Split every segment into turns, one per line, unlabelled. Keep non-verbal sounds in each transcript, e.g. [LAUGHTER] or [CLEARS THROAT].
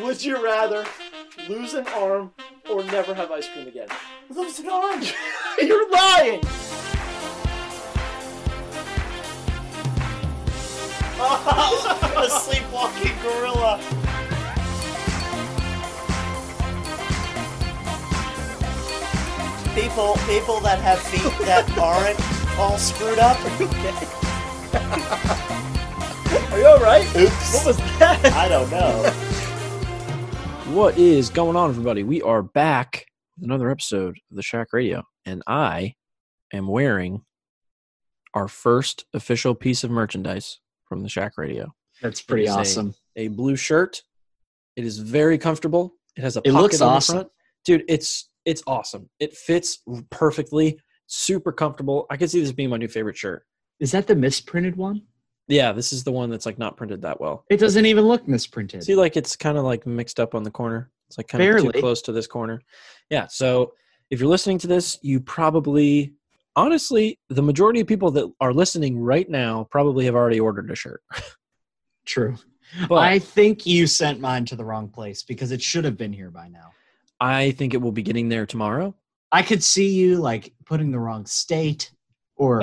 Would you rather lose an arm or never have ice cream again?
Lose an arm.
[LAUGHS] You're lying.
a sleepwalking gorilla. People, people that have feet that aren't all
[LAUGHS]
screwed up.
Are you all right? What
Oops.
was that?
I don't know.
What is going on, everybody? We are back with another episode of the Shack Radio, and I am wearing our first official piece of merchandise from the Shack Radio
That's pretty
It is a-
awesome.
a blue shirt. It is very comfortable. It has a
It
pocket
looks
on the
awesome.
front. dude. It's it's awesome. It fits perfectly. Super comfortable. I could see this being my new favorite shirt.
Is that the misprinted one?
Yeah, this is the one that's like not printed that well.
It doesn't even look misprinted.
See, like it's kind of like mixed up on the corner. It's like kind of too
Barely.
close to this corner. Yeah. So if you're listening to this, you probably, honestly, the majority of people that are listening right now probably have already ordered a
[GASPS]
shirt.
True.
But
I
I,
think you sent mine to the wrong place because it should have been here by now.
think it will be getting there tomorrow.
I could see you like putting the wrong state
[LAUGHS]
or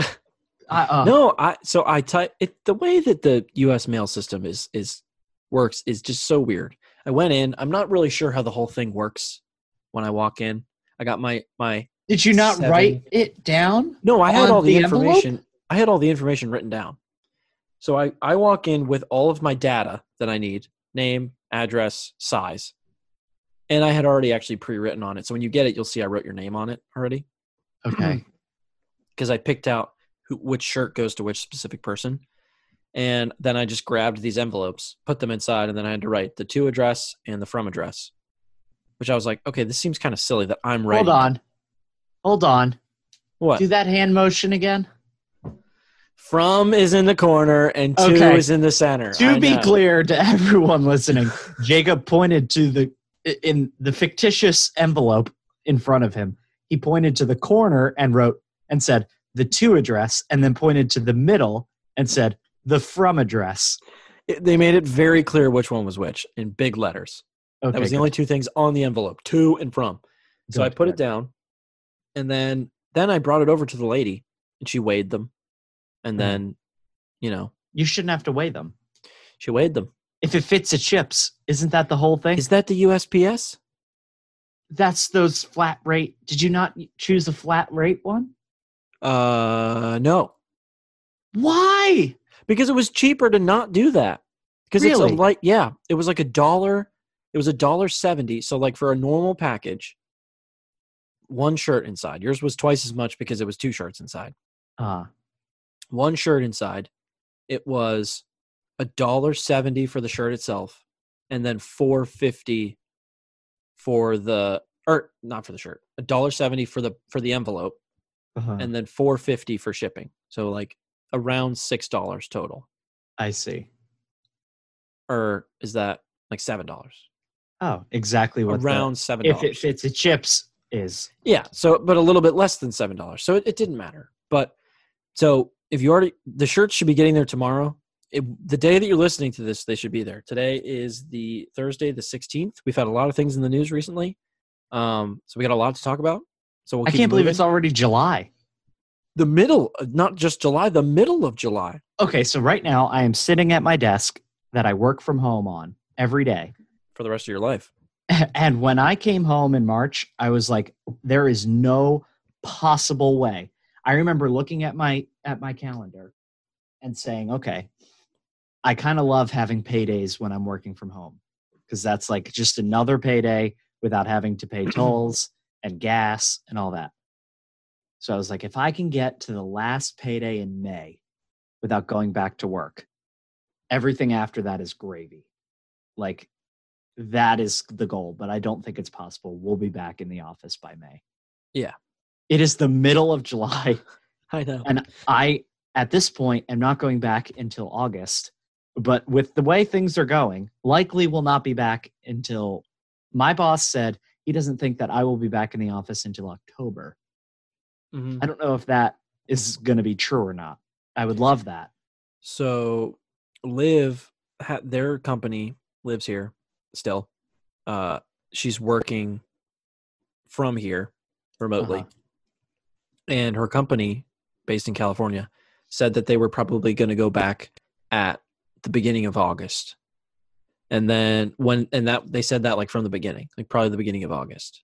I, uh,
no, I so I type it. The way that the U.S. mail system is is works is just so weird. I went in. I'm not really sure how the whole thing works. When I walk in, I got my my
Did you not
Seven.
write it down?
No, I had
on
all the,
the envelope?
information. I had all the information written down. So I, I walk in with all of my data that I need name, address, size. And I had already actually pre written on it. So when you get it, you'll see I wrote your name on it already
Okay.
because I picked out who, which shirt goes to which specific person. And then I just grabbed these envelopes, put them inside, and then I had to write the to address and the from address, which I was like, okay, this seems kind of silly that I'm writing.
Hold on. Hold on.
What?
Do that hand motion again.
From is in the corner and to
Okay.
is in the center.
To
I
be
know.
clear to everyone listening, Jacob pointed to the in the fictitious envelope in front of him. He pointed to the corner and wrote and said the to address, and then pointed to the middle and said the from address.
It- they made it very clear which one was which in big letters.
Okay,
that was the only two things on the envelope, to and from.
good,
So I
good,
put it
good.
down, and then then I brought it over to the lady, and she weighed them, and
Mhm.
then, you know,
You shouldn't have to weigh them.
she weighed them.
If it fits, it ships. Isn't that the whole thing?
Is that the USPS?
That's those flat rate. Did you not choose a flat rate one?
Uh, no,
Why?
because it was cheaper to not do that. Because it's
Really?
a like yeah, it was like a dollar. It was a dollar seventy. So like for a normal package, one shirt inside. Yours was twice as much because it was two shirts inside.
Uh,
one shirt inside. It was a dollar seventy for the shirt itself, and then four fifty for the or not for the shirt. A dollar seventy for the for the envelope,
uh
and then four fifty for shipping. So like around six dollars total,
I see.
or is that like seven dollars?
Oh, exactly what the-
Around seven
if
dollars.
it fits the chips is
Yeah. So, but a little bit less than seven dollars. So it, it didn't matter. But so if you already, the shirts should be getting there tomorrow. It, the day that you're listening to this, they should be there. Today is the Thursday, the 16th. We've had a lot of things in the news recently, um, so we got a lot to talk about. So we'll
i
keep
can't believe
moving.
it's already july
the middle, not just July, the middle of July.
okay so right now i am sitting at my desk that i work from home on every day
For the rest of your life,
[LAUGHS] and when i came home in march i was like there is no possible way i remember looking at my at my calendar and saying okay i kind of love having paydays when i'm working from home because that's like just another payday without having to pay tolls and gas and all that so i was like if i can get to the last payday in may without going back to work everything after that is gravy like that is the goal, but I don't think it's possible. We'll be back in the office by May.
Yeah.
It is the middle of July. [LAUGHS]
I know.
And I, at this point, am not going back until August. But with the way things are going, likely will not be back until my boss said he doesn't think that I will be back in the office until October.
Mhm.
I don't know if that is going to be true or not. I would love that.
So, Live, ha- their company lives here still. uh, she's working from here remotely,
Uh-huh.
and her company, based in California, said that they were probably going to go back at the beginning of August, and then when and that they said that like from the beginning, like probably the beginning of August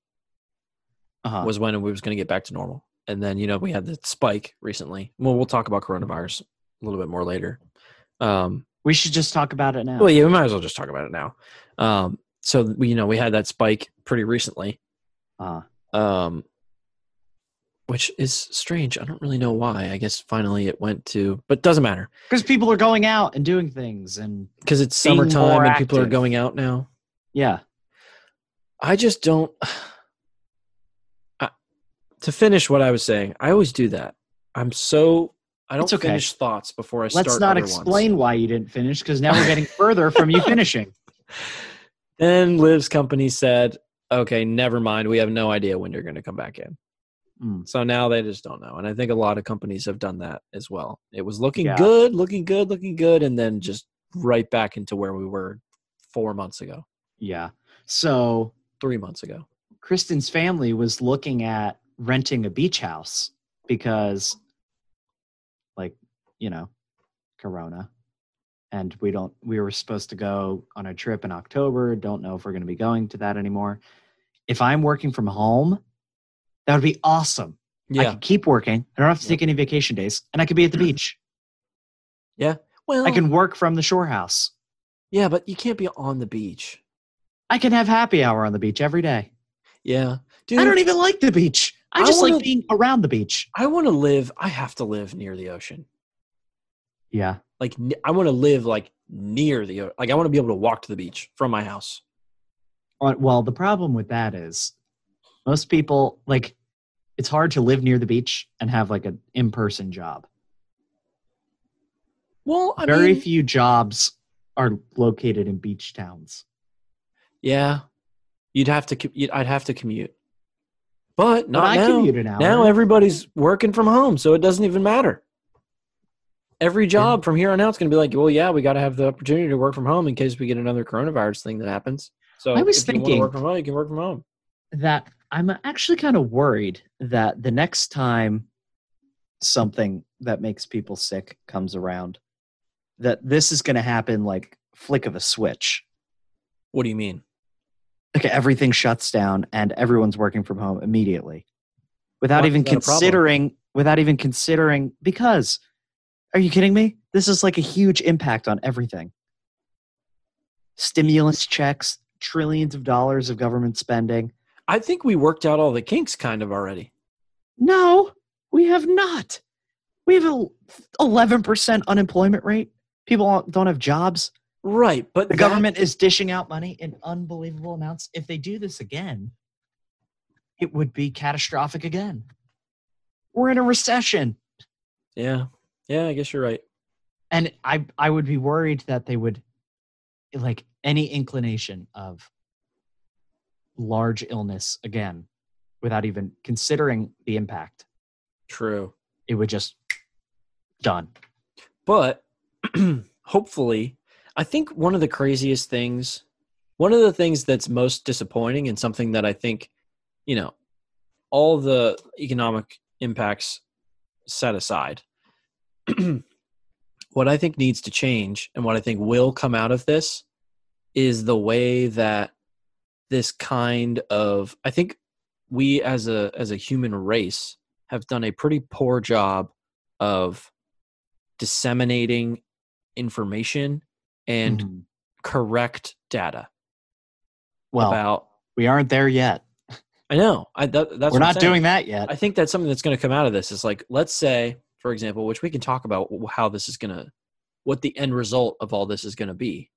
Uh-huh.
was when we was going to get back to normal. And then you know we had the spike recently. Well, we'll talk about coronavirus a little bit more later. Um,
We should just talk about it now.
well, yeah, we might as well just talk about it now. Um, so we, you know, we had that spike pretty recently,
Uh,
um, which is strange. I don't really know why. I guess finally it went to, but doesn't matter
because people are going out and doing things, and
because it's
Being more
summertime and people are
active.
going out now.
yeah,
I just don't. [SIGHS] I, to finish what I was saying, I always do that. I'm so I don't
It's okay.
finish thoughts before I start.
let's not
other ones.
explain why you didn't finish because now we're getting further
[LAUGHS]
from you finishing.
Then Liv's company said, "Okay, never mind. We have no idea when you're going to come back in."
Mm.
So now they just don't know, and I think a lot of companies have done that as well. It was looking
Yeah.
good, looking good, looking good, and then just right back into where we were four months ago,
Yeah. So
three months ago.
Kristen's family was looking at renting a beach house because, like, you know, Corona. And we don't, we were supposed to go on a trip in October. Don't know if we're going to be going to that anymore. If I'm working from home, that would be awesome. I
Yeah,
could keep working. I don't have to
Yeah.
take any vacation days and I could
[CLEARS THROAT]
be at the beach.
well,
I can work from the shore house.
Yeah, but you can't be on the beach.
I can have happy hour on the beach every day.
Yeah, dude.
I don't e even like the beach. I
I
just
wanna-
like being around the beach.
I want to live. I have to live near the ocean.
Yeah.
Like n- I want to live like near the o- like I want to be able to walk to the beach from my house.
Uh, Well, the problem with that is most people like it's hard to live near the beach and have like an in-person job.
Well, I
Very
mean,
few jobs are located in beach towns.
yeah, you'd have to. co- You'd, I'd have to commute, but
but
not
I
now.
commute an hour.
Now everybody's working from home, so it doesn't even matter. Every job from here on out is going to be like, well, yeah, we got to have the opportunity to work from home in case we get another coronavirus thing that happens. So
I was
if you wanna
thinking-
work from home, you can work from home.
that I'm actually kind of worried that the next time something that makes people sick comes around, that this is going to happen like flick of a switch.
What do you mean?
okay, everything shuts down and everyone's working from home immediately without
Why
even
is that a problem?
considering without even considering because are you kidding me this is like a huge impact on everything stimulus checks trillions of dollars of government spending
I think we worked out all the kinks kind of already.
no we have not we have a 11% unemployment rate people don't have jobs
Right, but
the
that-
government is dishing out money in unbelievable amounts. If they do this again, it would be catastrophic again. We're in a recession,
Yeah, yeah, I guess you're right.
and I I would be worried that they would like any inclination of large illness again without even considering the impact.
True,
It would just done.
but [CLEARS THROAT] hopefully, I think one of the craziest things, one of the things that's most disappointing, and something that I think, you know, all the economic impacts set aside, [CLEARS THROAT] what I think needs to change and what I think will come out of this is the way that this kind of I think we as a as a human race have done a pretty poor job of disseminating information and
Mhm.
correct data
well,
about
we aren't there yet.
I know I that, that's
We're
what I'm
not
saying.
doing that yet.
I think that's something that's going to come out of this is like, let's say, for example, which we can talk about how this is going to, what the end result of all this is going to be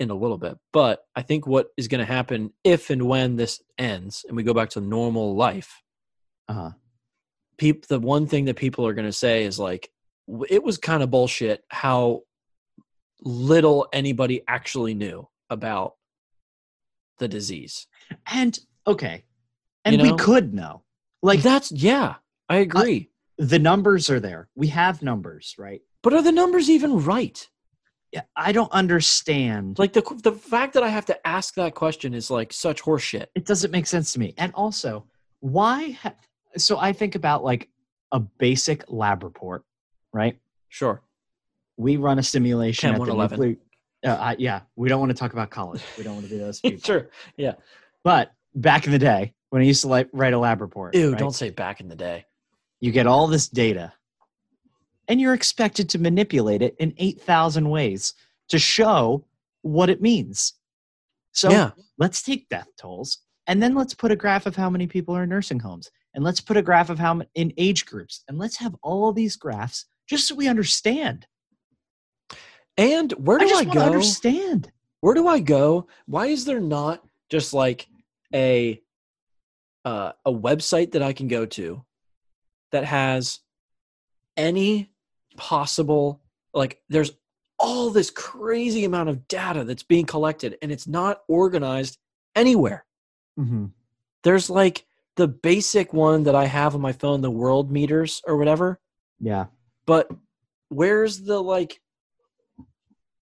in a little bit. But I think what is going to happen if and when this ends and we go back to normal life,
Uh-huh.
peop, the one thing that people are going to say is like, w- it was kind of bullshit how little anybody actually knew about the disease.
And okay, and
You know?
we could know
Like,
like
that's, yeah, I agree.
the numbers are there. We have numbers, right?
but are the numbers even right?
Yeah, I don't understand.
Like the the fact that I have to ask that question is like such horseshit.
it doesn't make sense to me. And also, why? Ha- so I think about like a basic lab report, right? [LAUGHS]
Sure.
We run a simulation
Chem
at the
111.
nuclear. Uh, I, yeah, we don't want to talk about college. We don't want to be
[LAUGHS]
those people.
sure.
But back in the day, when I used to like write a lab report,
Ew,
right,
don't say back in the day.
you get all this data, and you're expected to manipulate it in eight thousand ways to show what it means. So
yeah.
let's take death tolls and then let's put a graph of how many people are in nursing homes and let's put a graph of how ma- in age groups and let's have all these graphs just so we understand
And where do
i
I,
just want
go?
to understand
Where do I go? Why is there not just like a uh, a website that I can go to that has any possible like there's all this crazy amount of data that's being collected and it's not organized anywhere. There's like the basic one that I have on my phone, the world meters or whatever.
yeah
but where's the like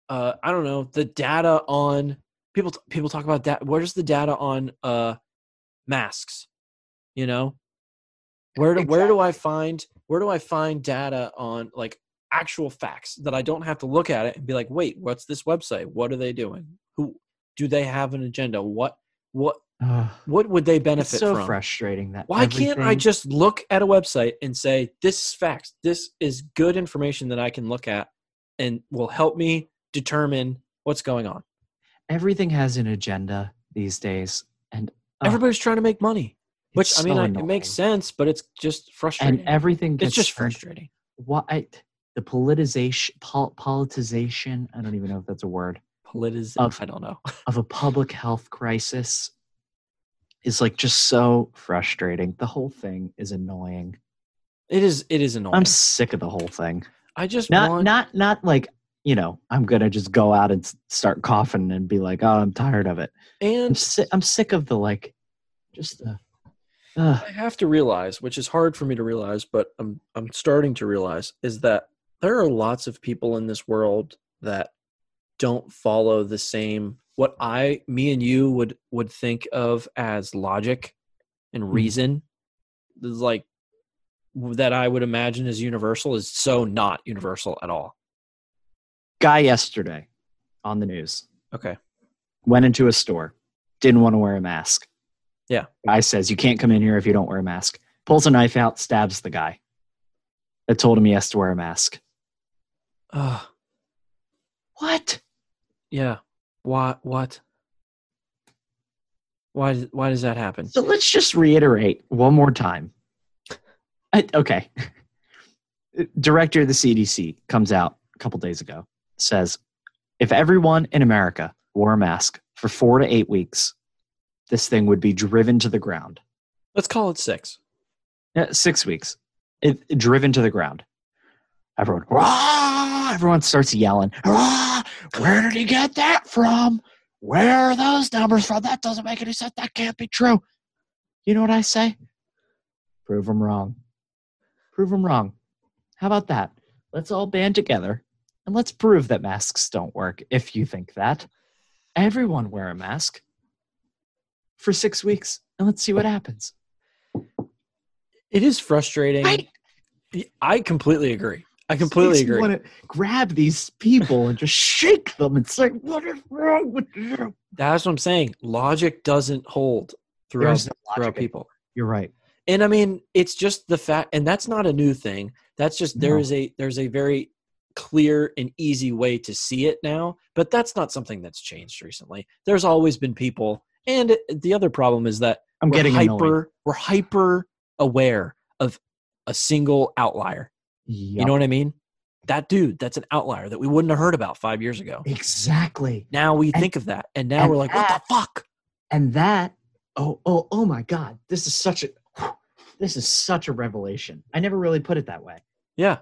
uh i don't know the data on people people talk about that where's the data on uh masks you know where do, where do i find where do i find data on like actual facts that i don't have to look at it and be like wait what's this website what are they doing who do they have an agenda what what
Ugh,
what would they
it's
benefit
so
from
frustrating that
why can't I
everything-
just look at a website and say, this is facts. This is good information that I can look at and will help me determine what's going on?
everything has an agenda these days and ugh,
Everybody's trying to make money, which
it's
I mean,
so
I, it
annoying.
makes sense, but it's just frustrating.
and everything
it's
gets
just
sent-
frustrating.
why the politicization pol- politization i don't even know if that's a word
Politiz-
Of-
I don't know.
of a public health crisis is like just so frustrating. The whole thing is annoying.
It is. It is annoying.
I'm sick of the whole thing.
i just
Not
want.
not not like you know I'm gonna just go out and s- start coughing and be like, oh, I'm tired of it. I'm
and
sick. I'm sick of the like, just the. Uh,
I have to realize, which is hard for me to realize, but I'm I'm starting to realize, is that there are lots of people in this world that don't follow the same what I me and you would would think of as logic and reason. There's like that I would imagine is universal is so not universal at all.
guy yesterday on the news
Okay.
went into a store, didn't want to wear a mask.
Yeah.
Guy says, You can't come in here if you don't wear a mask. Pulls a knife out, stabs the guy that told him he has to wear a mask.
Ugh,
What?
yeah. Why what? Why why does that happen?
So let's just reiterate one more time. I, okay. [LAUGHS] Director of the CDC comes out a couple days ago, says, If everyone in America wore a mask for four to eight weeks, this thing would be driven to the ground.
Let's call it 6.
Yeah, six weeks. It, it driven to the ground. Everyone, "Rah!" everyone starts yelling, "Rah! Where did he get that from? Where are those numbers from? That doesn't make any sense. That can't be true." You know what I say? Prove them wrong. Prove them wrong. How about that? Let's all band together and let's prove that masks don't work. If you think that, everyone wear a mask for six weeks and let's see what happens.
It is frustrating.
Right?
I completely agree. I
Just
completely
makes me
agree.
wanna grab these people and just shake them and say, "What is wrong with you?"
That's what I'm saying. Logic doesn't hold throughout,
There's no
throughout
logic.
people.
You're right.
And I mean, it's just the fact, and that's not a new thing. That's just there
No.
is a there's a very clear and easy way to see it now. But that's not something that's changed recently. There's always been people, and it, the other problem is that
I'm
we're
getting
hyper
annoyed.
we're hyper aware of a single outlier. You
Yup.
know what I mean? That dude, that's an outlier that we wouldn't have heard about five years ago.
exactly.
Now we
And-
think of that, and now
and
we're like, what the fuck?
And that. Oh, oh, oh my God! This is such a. This is such a revelation. I never really put it that way.
Yeah,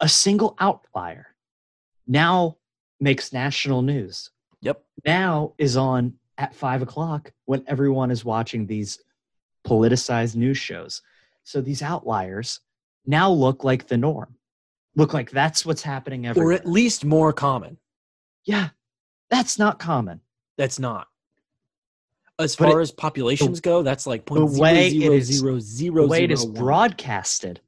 A single outlier now makes national news.
yep,
Now is on at five o'clock when everyone is watching these politicized news shows. So these outliers now look like the norm. look like that's what's happening
or
everywhere.
at least more common.
yeah, that's not common.
That's not. As
But
far as populations go, that's like point
way
zero zero
it is-
zero
The
zero
way it
zero
is
one.
broadcasted.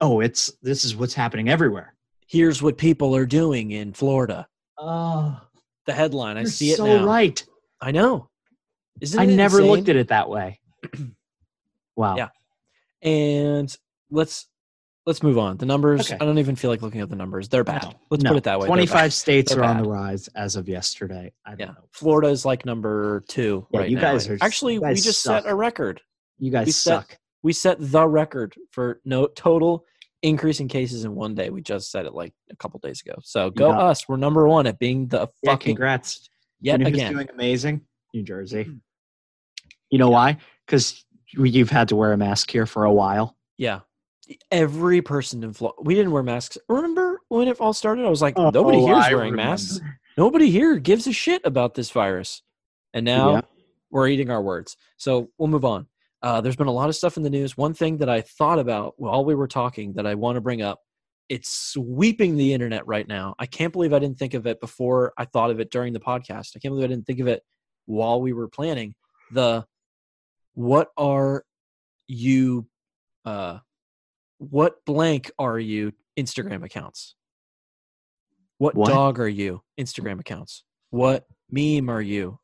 Oh, it's this is what's happening everywhere.
Here's what people are doing in Florida.
Oh,
The headline, I
you're
see it
so
now.
right.
I know. Isn't
I
it
never
insane?
looked at it that way. [CLEARS THROAT] wow.
Yeah. And let's let's move on. The numbers.
Okay.
I don't even feel like looking at the numbers. They're bad.
No,
let's
no.
put it that way. They're bad.
25 states
They're
are on
bad.
the rise as of yesterday. I don't
Yeah,
know.
Florida is like number two
Yeah,
right
you
now.
guys
And
are-
actually.
you
we
guys
just
suck.
set a record.
You
We
guys
set-
suck.
We set the record for no total increase in cases in one day. We just said it like a couple days ago. So go
got-
us. We're number one at being the
Yeah,
fucking
congrats.
yet
you know who's
again. Mm-hmm.
doing amazing? New Jersey. You know why? Because you've had to wear a mask here for a while.
yeah. Every person in Florida. We didn't wear masks. Remember when it all started? I was like, nobody
Oh,
here is
I
wearing masks.
remember.
nobody here gives a shit about this virus. And now
Yeah.
we're eating our words. So we'll move on. Uh, there's been a lot of stuff in the news. One thing that I thought about while we were talking that I want to bring up, it's sweeping the internet right now. I can't believe I didn't think of it before I thought of it during the podcast. I can't believe I didn't think of it while we were planning the what are you uh what blank are you Instagram accounts? What,
What?
dog are you Instagram accounts? What meme are you?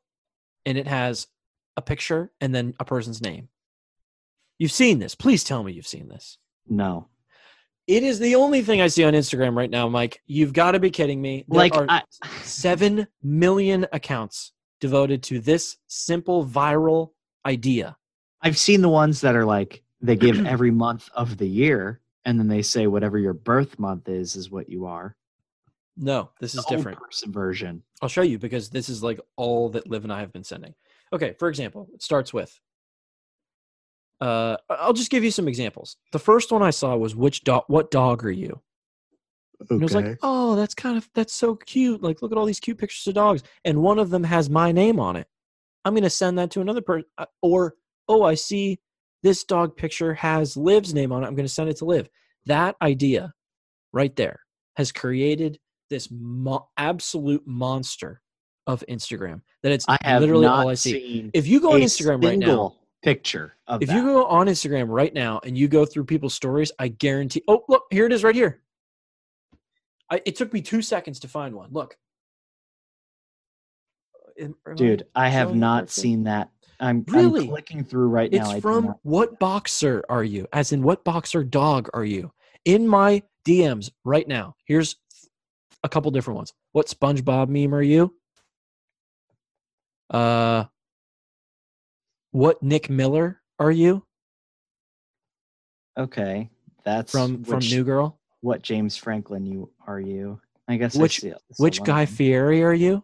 And it has a picture and then a person's name. You've seen this. Please tell me you've seen this.
No.
It is the only thing I see on Instagram right now, Mike. You've got to be kidding me. There
like,
are
I,
7 million accounts devoted to this simple viral idea.
I've seen the ones that are like, they
[CLEARS THROAT]
give every month of the year, and then they say whatever your birth month is, is what you are.
No, this is
The old
different.
person version.
I'll show you because this is like all that Liv and I have been sending. Okay, for example, it starts with. Uh, I- I'll just give you some examples. The first one I saw was which dog? What dog are you? And it was like, oh, that's kind of that's so cute. Like, look at all these cute pictures of dogs, and one of them has my name on it. I'm gonna send that to another person, or oh, I see this dog picture has Liv's name on it. I'm gonna send it to Liv. That idea, right there, has created this mo- absolute monster of Instagram. That it's
I have
literally
not
all I see.
seen
If you go on
a
Instagram right now,
single picture of
if
that.
you go on Instagram right now and you go through people's stories, I guarantee. Oh, look, here it is right here. I, it took me two seconds to find one. Look. Am- am I-
Dude, I have
showing it
not
correctly?
seen that. I'm,
Really?
I'm clicking through right
It's
now. I do
from
not-
what boxer are you? As in, what boxer dog are you? In my DMs right now, here's a couple different ones. What SpongeBob meme are you? Uh, what Nick Miller are you
Okay, that's
from from
which-
New Girl?
What James Franklin you are you? I guess I
Which-
see it. It's a
Which
long
Guy
one.
Fieri are you?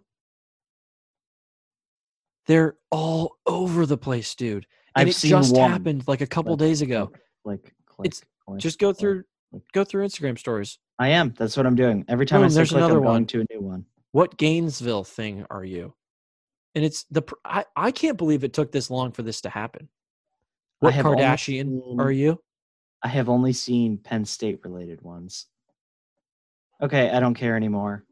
They're all over the place, dude. And
I've
it
seen
just
one.
happened like a couple
Like,
days ago.
Like, click,
It's-
click,
Just go
click.
through go through Instagram stories.
I am. That's what I'm doing. Every time I
Boom,
say
there's
click,
another
I'm going
one.
to a new one.
What Gainesville thing are you? And it's the pr- I, I can't believe it took this long for this to happen.
I
What
have only
Kardashian
seen-
are you?
Mm, I have only seen Penn State related ones. Okay, I don't care anymore.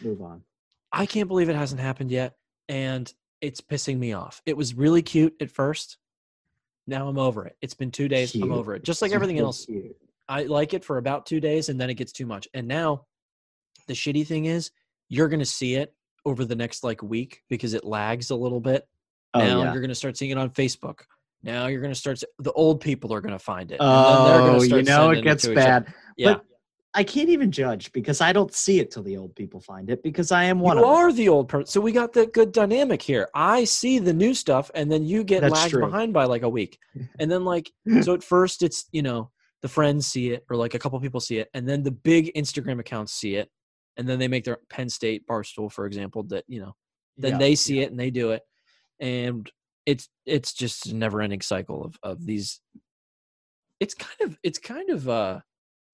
Move on.
I can't believe it hasn't happened yet, and it's pissing me off. It was really cute at first. Now I'm over it. It's been two days.
Cute.
I'm over it. Just like
Super
everything else.
cute.
I like it for about two days and then it gets too much. And now the shitty thing is you're going to see it over the next like week because it lags a little bit.
Oh
now
yeah.
you're going to start seeing it on Facebook. Now you're going to start, s- the old people are going to find it. gonna
Oh, you
start
know
sending
it gets
to each other.
bad.
Yeah.
I can't even judge because I don't see it till the old people find it because I am one
you
of them.
are the old person. So we got the good dynamic here. I see the new stuff and then you get
That's
lagged
true.
behind by like a
[LAUGHS]
week. And then like so at first it's, you know, the friends see it or like a couple people see it and then the big Instagram accounts see it and then they make their Penn State Barstool for example that, you know, then
Yeah,
they see
yeah.
it and they do it. And it's it's just a never-ending cycle of of these it's kind of it's kind of uh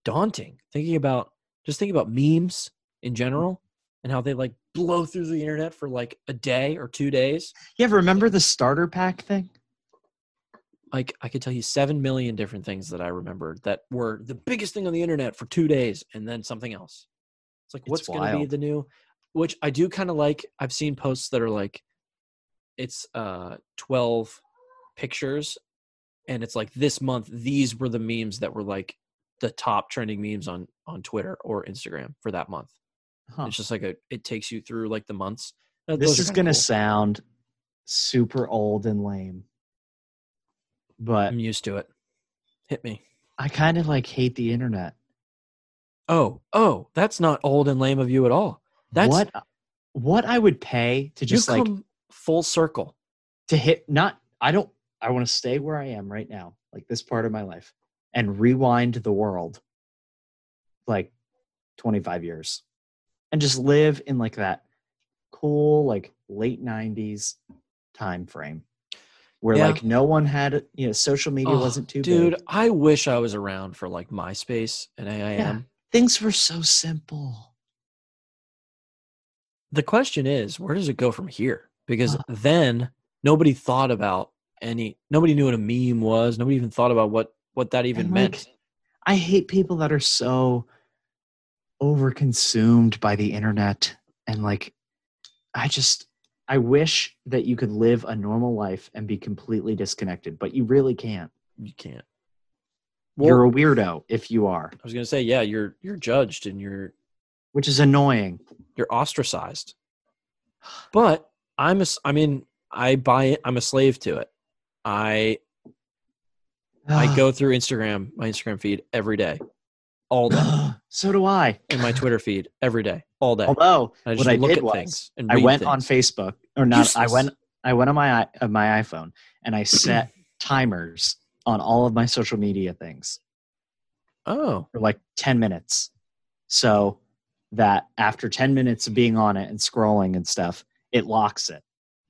daunting thinking about just think about memes in general and how they like blow through the internet for like a day or two days.
You ever remember the starter pack thing?
Like I could tell you seven million different things that I remembered that were the biggest thing on the internet for two days, and then something else. It's like
It's
what's going to be
wild.
the new, which I do kind of like. I've seen posts that are like, it's uh twelve pictures, and it's like this month these were the memes that were like the top trending memes on on Twitter or Instagram for that month.
Huh.
It's just like a it takes you through like the months. Uh, those
This
are
is
kinda
gonna
cool.
sound super old and lame, but
I'm used to it. Hit me.
I kind of like hate the internet.
Oh, oh, that's not old and lame of you at all. That's
what what I would pay to
you
just like
come full circle.
to hit not I don't I want to stay where I am right now, like this part of my life, and rewind the world like 25 years and just live in like that cool like late 90s time frame where
Yeah.
like no one had you know social media
Oh,
wasn't too
Dude,
big.
I wish I was around for like MySpace and AIM.
Things were so simple.
The question is, where does it go from here? Because then nobody thought about any nobody knew what a meme was. Nobody even thought about what what that even
And, like,
meant.
I hate people that are so overconsumed by the internet and like I just I wish that you could live a normal life and be completely disconnected, but you really can't.
you can't.
You're
Well,
a weirdo if you are,
I was going to say, yeah, you're you're judged and you're
which is annoying.
you're
[SIGHS]
ostracized. But I'm a, s- I mean, I buy it. I'm a slave to it. I
Ah.
I go through Instagram, my Instagram feed every day, all day,
[SIGHS] so do I.
and
[SIGHS]
my Twitter feed every day, all day.
Although
I just
what I
look
did
at
was
things and
I
read
went on
things.
Facebook or not I
Useless.
went I went on my i- uh, my iPhone and I set
[CLEARS THROAT]
timers on all of my social media things.
Oh,
for like 10 minutes. So that after 10 minutes of being on it and scrolling and stuff, it locks it.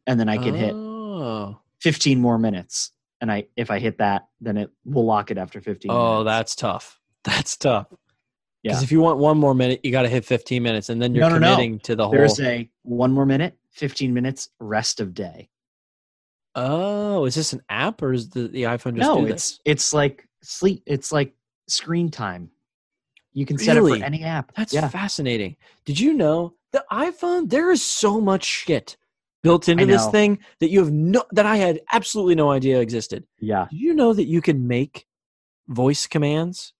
And then I can hit
Oh,
15 more minutes. And I if I hit that, then it will lock it after 15
oh,
minutes.
that's tough. [LAUGHS] That's tough. Because
Yeah.
if you want one more minute, you got to hit 15 minutes, and then you're
No, no, no.
committing to the whole.
There's a one more minute, 15 minutes, rest of day.
oh, is this an app or is the, the iPhone just
no,
do
it's
this?
it's like sleep it's like screen time. You can set it for
Really?
any app.
That's
yeah.
fascinating. Did you know the iPhone? There is so much shit built into
I
this
know.
thing that you have no that I had absolutely no idea existed.
yeah.
Did you know that you can make voice commands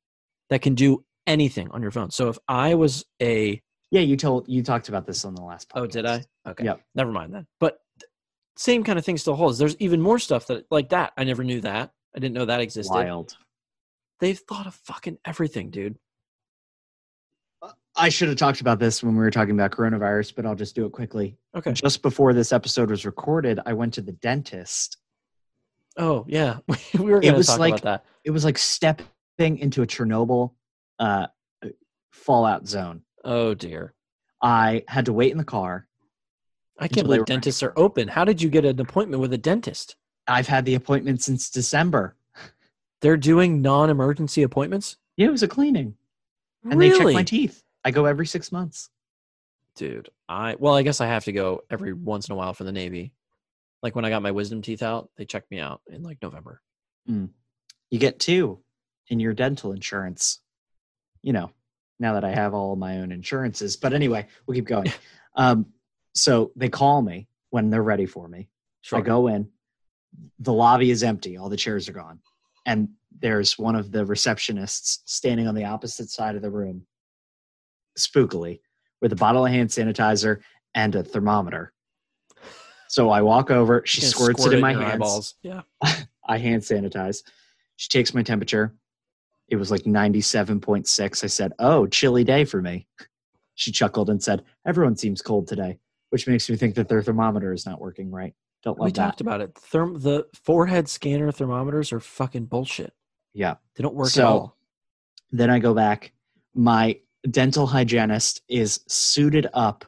that can do anything on your phone? So if I was a
Yeah, you told you talked about this on the last podcast.
oh did I okay
Yep.
never mind then. But th- same kind of thing still holds. There's even more stuff that like that. I never knew that. I didn't know that existed.
Wild.
They've thought of fucking everything, dude.
I should have talked about this when we were talking about coronavirus, but I'll just do it quickly.
Okay.
Just before this episode was recorded, I went to the dentist.
Oh yeah, [LAUGHS] we were going to
was
talk
like-
about that.
It was like stepping into a Chernobyl uh, fallout zone.
Oh dear.
I had to wait in the car.
I can't
until they
believe
were ready
dentists
for
are open. How did you get an appointment with a dentist?
I've had the appointment since December.
They're doing non-emergency appointments.
Yeah, it was a cleaning, and
really,
they check my teeth. I go every six months.
dude. I well, I guess I have to go every once in a while for the Navy. Like when I got my wisdom teeth out, they checked me out in like November.
You get two in your dental insurance. You know, now that I have all my own insurances. But anyway, we'll keep going. um, so they call me when they're ready for me.
Sure.
I go in. The lobby is empty. All the chairs are gone. And there's one of the receptionists standing on the opposite side of the room, spookily, with a bottle of hand sanitizer and a thermometer. So I walk over. She
Gonna
squirts
squirt
it in my
your
hands.
eyeballs. Yeah.
I hand sanitize. She takes my temperature. It was like 97.6. I said, Oh, chilly day for me. She chuckled and said, Everyone seems cold today, which makes me think that their thermometer is not working right. Don't
We
love that.
talked about it. Therm- the forehead scanner thermometers are fucking bullshit.
Yeah.
They don't work at
So-
all.
Then I go back. My dental hygienist is suited up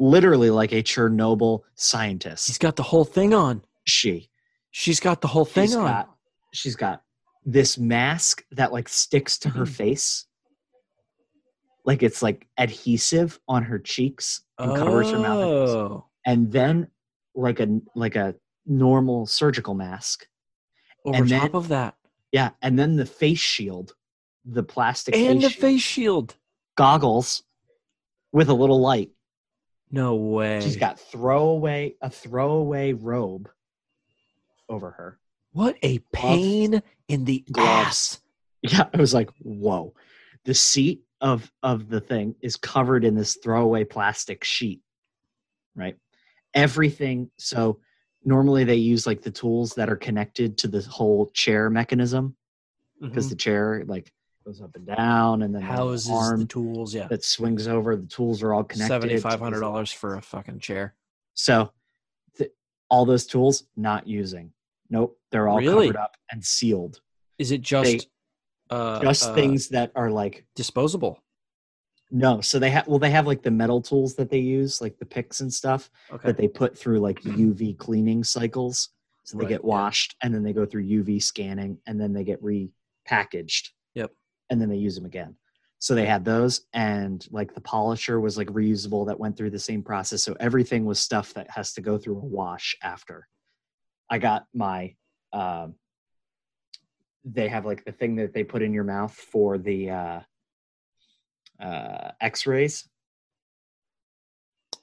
literally like a Chernobyl
He's
scientist.
got the whole thing on.
She.
She's got the whole thing
She's
on.
got- she's got this mask that like sticks to
Mm-hmm.
her face like it's like adhesive on her cheeks and covers her mouth and nose.
Oh.
and then like a like a normal surgical mask
over
And then-
top of that,
Yeah, and then the face shield, the plastic
and the
face, shield,
face shield.
goggles with a little light.
No way.
She's got throwaway a throwaway robe over her.
what a pain in the
Gloves. Yeah, I was like, whoa. The seat of of the thing is covered in this throwaway plastic sheet. Right? Everything so normally they use like the tools that are connected to the whole chair mechanism
ass.
because the chair like goes up and down and then there's an
houses,
arm
the tools. Yeah,
that swings over the tools are all connected
seventy five hundred dollars for a fucking chair.
So, th- all those tools not using. Nope, they're all
Really?
covered up and sealed.
Is it just uh,
Just
uh,
things that are like
disposable?
no. So they have well, they have like the metal tools that they use, like the picks and stuff
Okay,
that they put through like UV cleaning cycles. So they
Right,
get
yeah.
washed and then they go through UV scanning and then they get repackaged.
Yep.
And then they use them again. So they had those and like the polisher was like reusable that went through the same process. So everything was stuff that has to go through a wash after. I got my um they have like the thing that they put in your mouth for the uh uh x-rays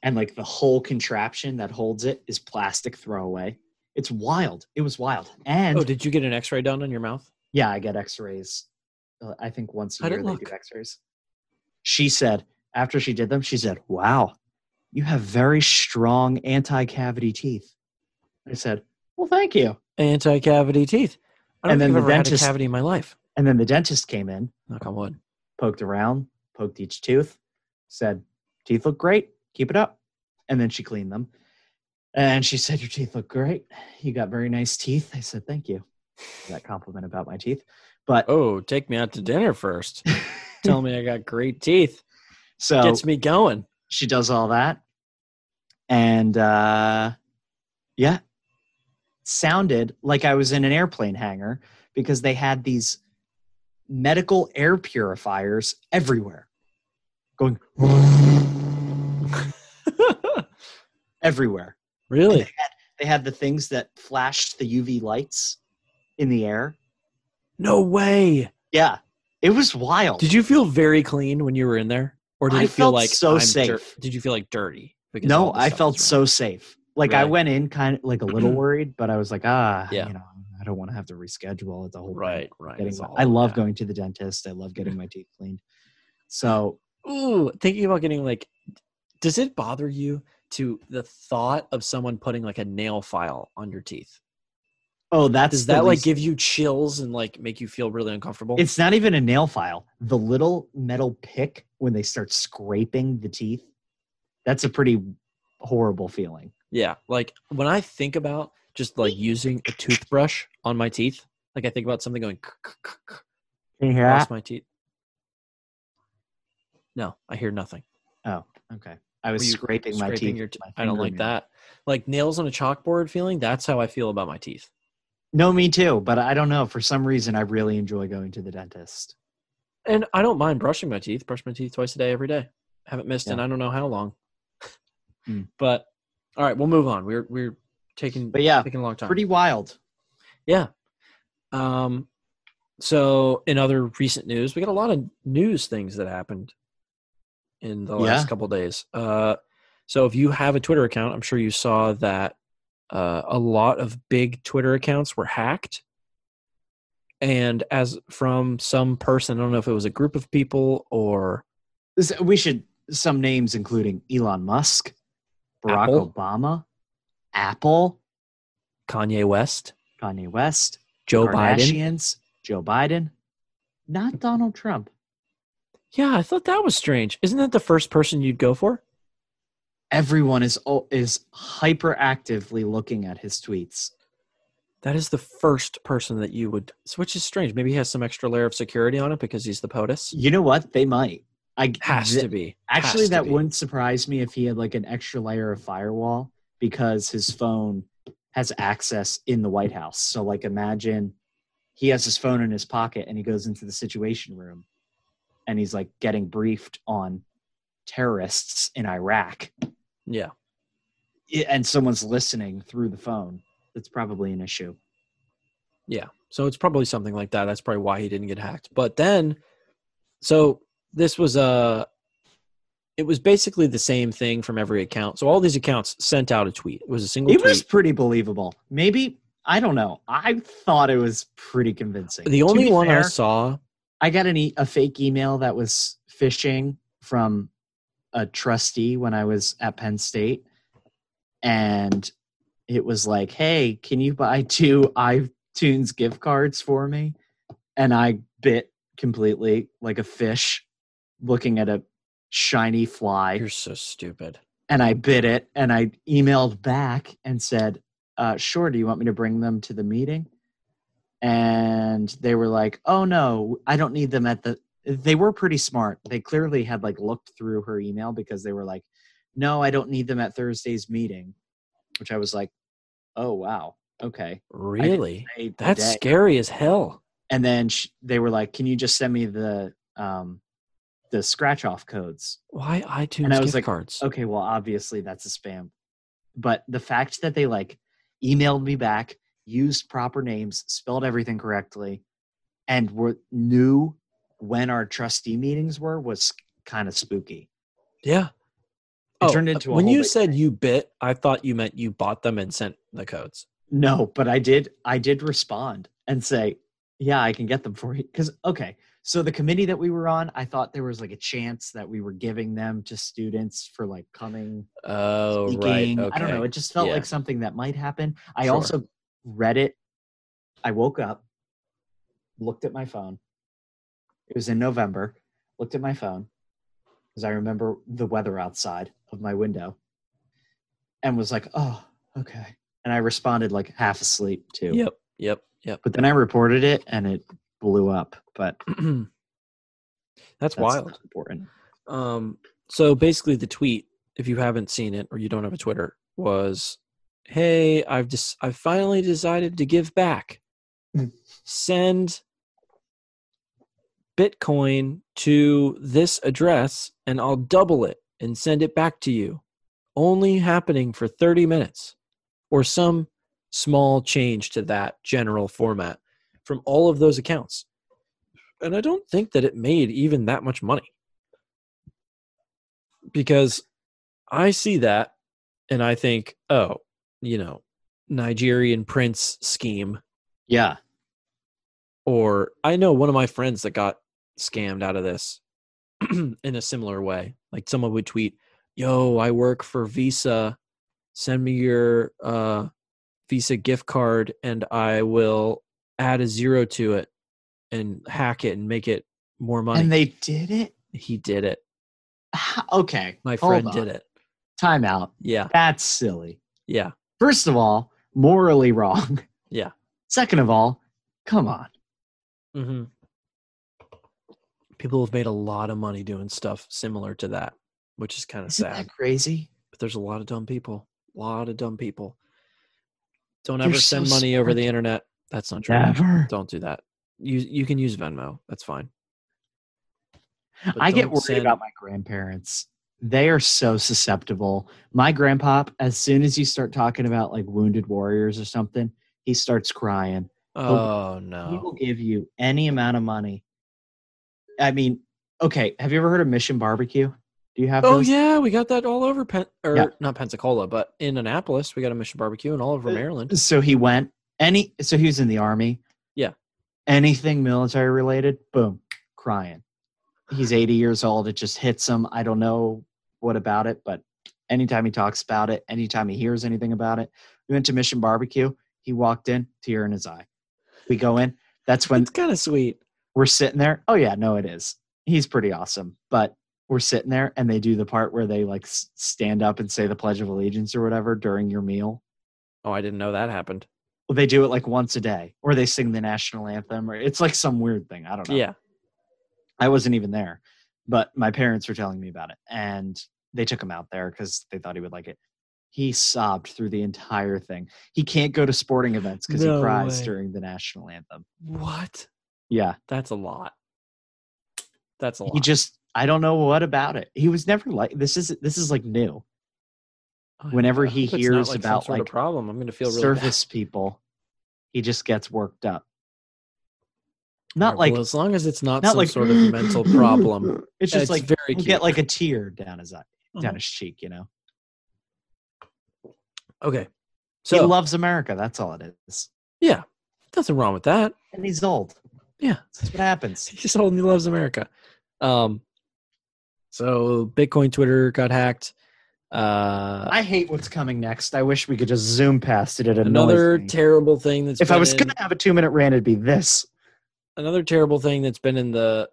and like the whole contraption that holds it is plastic throwaway. It's wild. It was wild. And
oh, did you get an X ray done on your mouth?
yeah, I get X-rays. uh, I think once a
How'd it
year they
look?
do X-rays. She said after she did them, she said, "Wow, you have very strong anti-cavity teeth." I said, "Well, thank you."
Anti cavity teeth. I don't think
And then
I've
the
ever had
dentist-
a cavity in my life.
And then the dentist came in,
Knock on wood.
poked around, poked each tooth, said, Teeth look great. Keep it up. And then she cleaned them. And she said, Your teeth look great. You got very nice teeth. I said, Thank you for that compliment about my teeth. But
Oh, take me out to dinner
[LAUGHS]
first. Tell me I got great teeth.
so
Gets me going. [LAUGHS]
she does all that. And uh, yeah, sounded like I was in an airplane hangar because they had these medical air purifiers everywhere going everywhere. [LAUGHS]
really?
they had the things that flashed the UV lights in the air.
No way.
Yeah, it was wild.
Did you feel very clean when you were in there, or did
I
it feel
felt
like
so
I'm
safe.
dir- did you feel like dirty? Because
no,
all the
I
stuff
felt
was around?
so safe. Like I
Really?
went in kind of like a little worried, but I was like, ah,
Mm-hmm. Yeah.
you know, I don't want to have to reschedule it the whole thing.
right, right.
Getting-
it's all
I
of
love
that.
going to the dentist. I
[LAUGHS]
love getting my teeth cleaned. So
Ooh, thinking about getting like, does it bother you to the thought of someone putting like a nail file on your teeth?
oh, that's
Does
the
that like
least-
give you chills and like make you feel really uncomfortable?
It's not even a nail file. The little metal pick when they start scraping the teeth. That's a pretty horrible feeling.
yeah. Like when I think about just like using a toothbrush on my teeth, like I think about something going
Can you hear
across my teeth. No, I hear nothing.
Oh, okay. I was
Were you
scraping my
Scraping
teeth.
your
with
t-
my
I don't like
fingernail.
that. Like nails on a chalkboard feeling. That's how I feel about my teeth.
No, me too. But I don't know. For some reason, I really enjoy going to the dentist.
And I don't mind brushing my teeth. Brush my teeth twice a day, every day. Haven't missed in I don't know how long.
Hmm.
But all right, we'll move on. We're we're taking
But yeah,
taking a long time.
pretty wild.
yeah. Um. So in other recent news, we got a lot of news things that happened in the last
Yeah.
couple days. Uh. So if you have a Twitter account, I'm sure you saw that uh, a lot of big Twitter accounts were hacked. And as from some person, I don't know if it was a group of people or
This, we should some names including Elon Musk, Barack
Apple.
Obama, Apple,
Kanye West,
Kanye West,
Joe Biden.
Kardashians, Joe Biden, not Donald Trump.
Yeah, I thought that was strange. Isn't that the first person you'd go for?
Everyone is o- is hyperactively looking at his tweets.
That is the first person that you would, which is strange. Maybe he has some extra layer of security on it because he's the POTUS.
You know what? They might. I
Has
th-
to be. Has
Actually,
to
that
be.
wouldn't surprise me if he had like an extra layer of firewall because his phone has access in the White House. So, like, imagine he has his phone in his pocket and he goes into the Situation Room and he's like getting briefed on terrorists in Iraq,
Yeah.
I- and someone's listening through the phone. That's probably an issue.
Yeah. So it's probably something like that. That's probably why he didn't get hacked. But then, so this was a, it was basically the same thing from every account. So all these accounts sent out a tweet. It was a single
It
tweet.
was pretty believable. Maybe I don't know. I thought it was pretty convincing.
the
To
only
be
one I
fair,
saw,
I got an e- a fake email that was phishing from a trustee when I was at Penn State, and it was like, "Hey, can you buy two iTunes gift cards for me?" And I bit completely like a fish, looking at a shiny fly
you're so stupid.
and I bid it and I emailed back and said, uh, sure, do you want me to bring them to the meeting? And they were like, oh no, I don't need them at the. They were pretty smart. They clearly had like looked through her email because they were like, no, I don't need them at Thursday's meeting, which I was like, oh wow, okay.
Really?
Hey,
That's
today.
scary as hell.
And then sh they were like, can you just send me the um, the scratch off codes?
Why iTunes
And I was
gift
like,
cards?
okay well obviously that's a spam but the fact that they like emailed me back used proper names spelled everything correctly and were knew when our trustee meetings were was kind of spooky
Yeah. Oh,
It turned into a
when
whole
you
big
said
thing.
you bit, I thought you meant you bought them and sent the codes.
no but i did i did respond and say yeah i can get them for you because okay so the committee that we were on i thought there was like a chance that we were giving them to students for like coming
Oh,
speaking.
right. Okay.
I don't know. It just felt
Yeah.
like something that might happen. I
Sure.
also read it. I woke up, looked at my phone. It was in November. Looked at my phone because I remember the weather outside of my window and was like, oh, okay. And I responded like half asleep too.
Yep. Yep. Yep.
But then I reported it and it blew up. But
[CLEARS THROAT] That's
that's
wild.
not important.
Um, so basically, the tweet, if you haven't seen it or you don't have a Twitter, was, "Hey, I've just I finally decided to give back. Send Bitcoin to this address, and I'll double it and send it back to you. Only happening for thirty minutes, or some small change to that general format from all of those accounts." And I don't think that it made even that much money because I see that and I think, oh, you know, Nigerian prince scheme.
Yeah.
Or I know one of my friends that got scammed out of this [CLEARS THROAT] in a similar way. Like someone would tweet, yo, I work for Visa. Send me your uh, Visa gift card and I will add a zero to it and hack it and make it more money.
And they did it.
he did it.
Okay.
My
hold
friend
on.
did it.
Time out.
Yeah.
That's silly.
Yeah.
First of all, morally wrong.
Yeah.
Second of all, come on.
Mm-hmm. People have made a lot of money doing stuff similar to that, which is kind of
Isn't
sad.
that crazy?
But there's a lot of dumb people. A lot of dumb people. Don't
They're
ever
so
send money over
smart.
the internet. That's not true.
Never.
Don't do that. You you can use Venmo. That's fine. But
I get
don't
worried
send-
about my grandparents. They are so susceptible. My grandpop, as soon as you start talking about like wounded warriors or something, he starts crying.
Oh
He will
no.
give you any amount of money. I mean, okay, have you ever heard of Mission Barbecue? Do you have
Oh
those?
yeah, we got that all over Pen or
Yeah.
not Pensacola, but in Annapolis, we got a Mission Barbecue and all over
Uh,
Maryland.
So he went any so he was in the army.
Yeah.
Anything military related, boom, crying. He's 80 years old. It just hits him. I don't know what about it, but anytime he talks about it, anytime he hears anything about it, we went to Mission Barbecue. He walked in, tear in his eye. We go in. That's when
It's kind of sweet.
we're sitting there. Oh yeah, no, it is. He's pretty awesome. But we're sitting there, and they do the part where they like s- stand up and say the Pledge of Allegiance or whatever during your meal.
Oh, I didn't know that happened.
Well, they do it like once a day, or they sing the national anthem, or it's like some weird thing. I don't know.
Yeah.
I wasn't even there, but my parents were telling me about it, and they took him out there because they thought he would like it. He sobbed through the entire thing. He can't go to sporting events because
No
he cries
way.
during the national anthem.
What?
Yeah,
That's a lot. That's a lot.
he just I don't know what about it. He was never like this. Is this is like new?
I
whenever
hope- I
he
hope Oh, it's not,
hears
like, some
about,
sort of
like,
problem, I'm going to feel really bad.
Service people. He just gets worked up. Not
All right,
like
well, as long as it's not,
not
some
like-
sort of mental problem.
[LAUGHS] it's just
it's
like
very
he'll
cute.
get like a tear down his eye,
Mhm.
down his cheek. You know,
okay, so
he loves America. That's all it is.
yeah, nothing wrong with that. [LAUGHS]
And he's old.
Yeah.
that's what happens.
He's old and he loves America. Um, so Bitcoin Twitter got hacked. Uh,
[LAUGHS] I hate what's coming next. I wish we could just zoom past it. It annoys
another
me.
terrible thing that's
if I
been
was
in-
gonna have a two minute rant, it'd be this.
another terrible thing that's been in the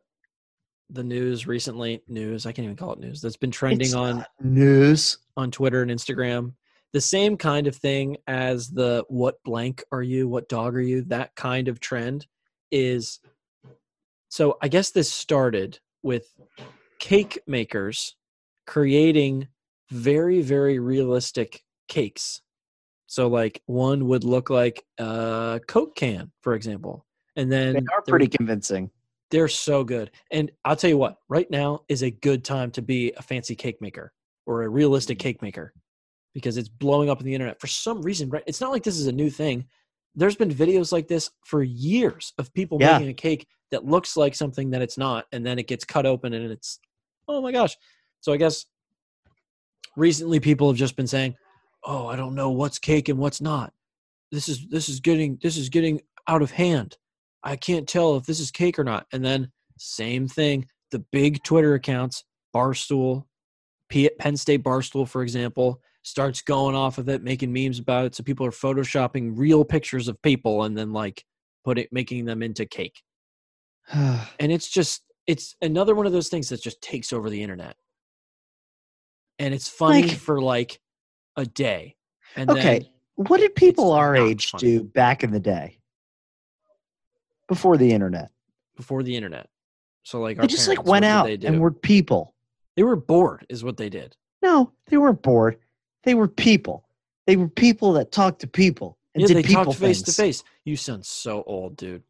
the news recently. News, I can't even call it news. That's been trending
It's
on
News.
on Twitter and Instagram. The same kind of thing as the what blank are you, what dog are you, that kind of trend is. So I guess this started with cake makers creating very, very realistic cakes. So, like, one would look like a Coke can, for example. And then
They are
there
pretty convincing. [SIGHS]
they're so good. And I'll tell you what, right now is a good time to be a fancy cake maker or a realistic cake maker because it's blowing up on the internet for some reason, right? It's not like this is a new thing. There's been videos like this for years of people
Yeah.
making a cake that looks like something that it's not, and then it gets cut open and it's, oh my gosh. So I guess recently people have just been saying, oh, I don't know what's cake and what's not. This is this is getting this is getting out of hand. I can't tell if this is cake or not. And then same thing, the big Twitter accounts, Barstool, P- Penn State Barstool, for example, starts going off of it, making memes about it. So people are photoshopping real pictures of people and then like put it, making them into cake. And it's just, it's another one of those things that just takes over the internet. And it's funny
Like-
for like a day. And
Okay.
then
what did people
It's
our
not
age
funny.
do back in the day? Before the internet,
before the internet. So like,
they
our
just like
parents,
went
what did
out
they do?
and were people.
they were bored, is what they did.
No, they weren't bored. They were people. They were people that talked to people and
yeah,
did
they
people
talked face to
things.
face. You sound so old, dude.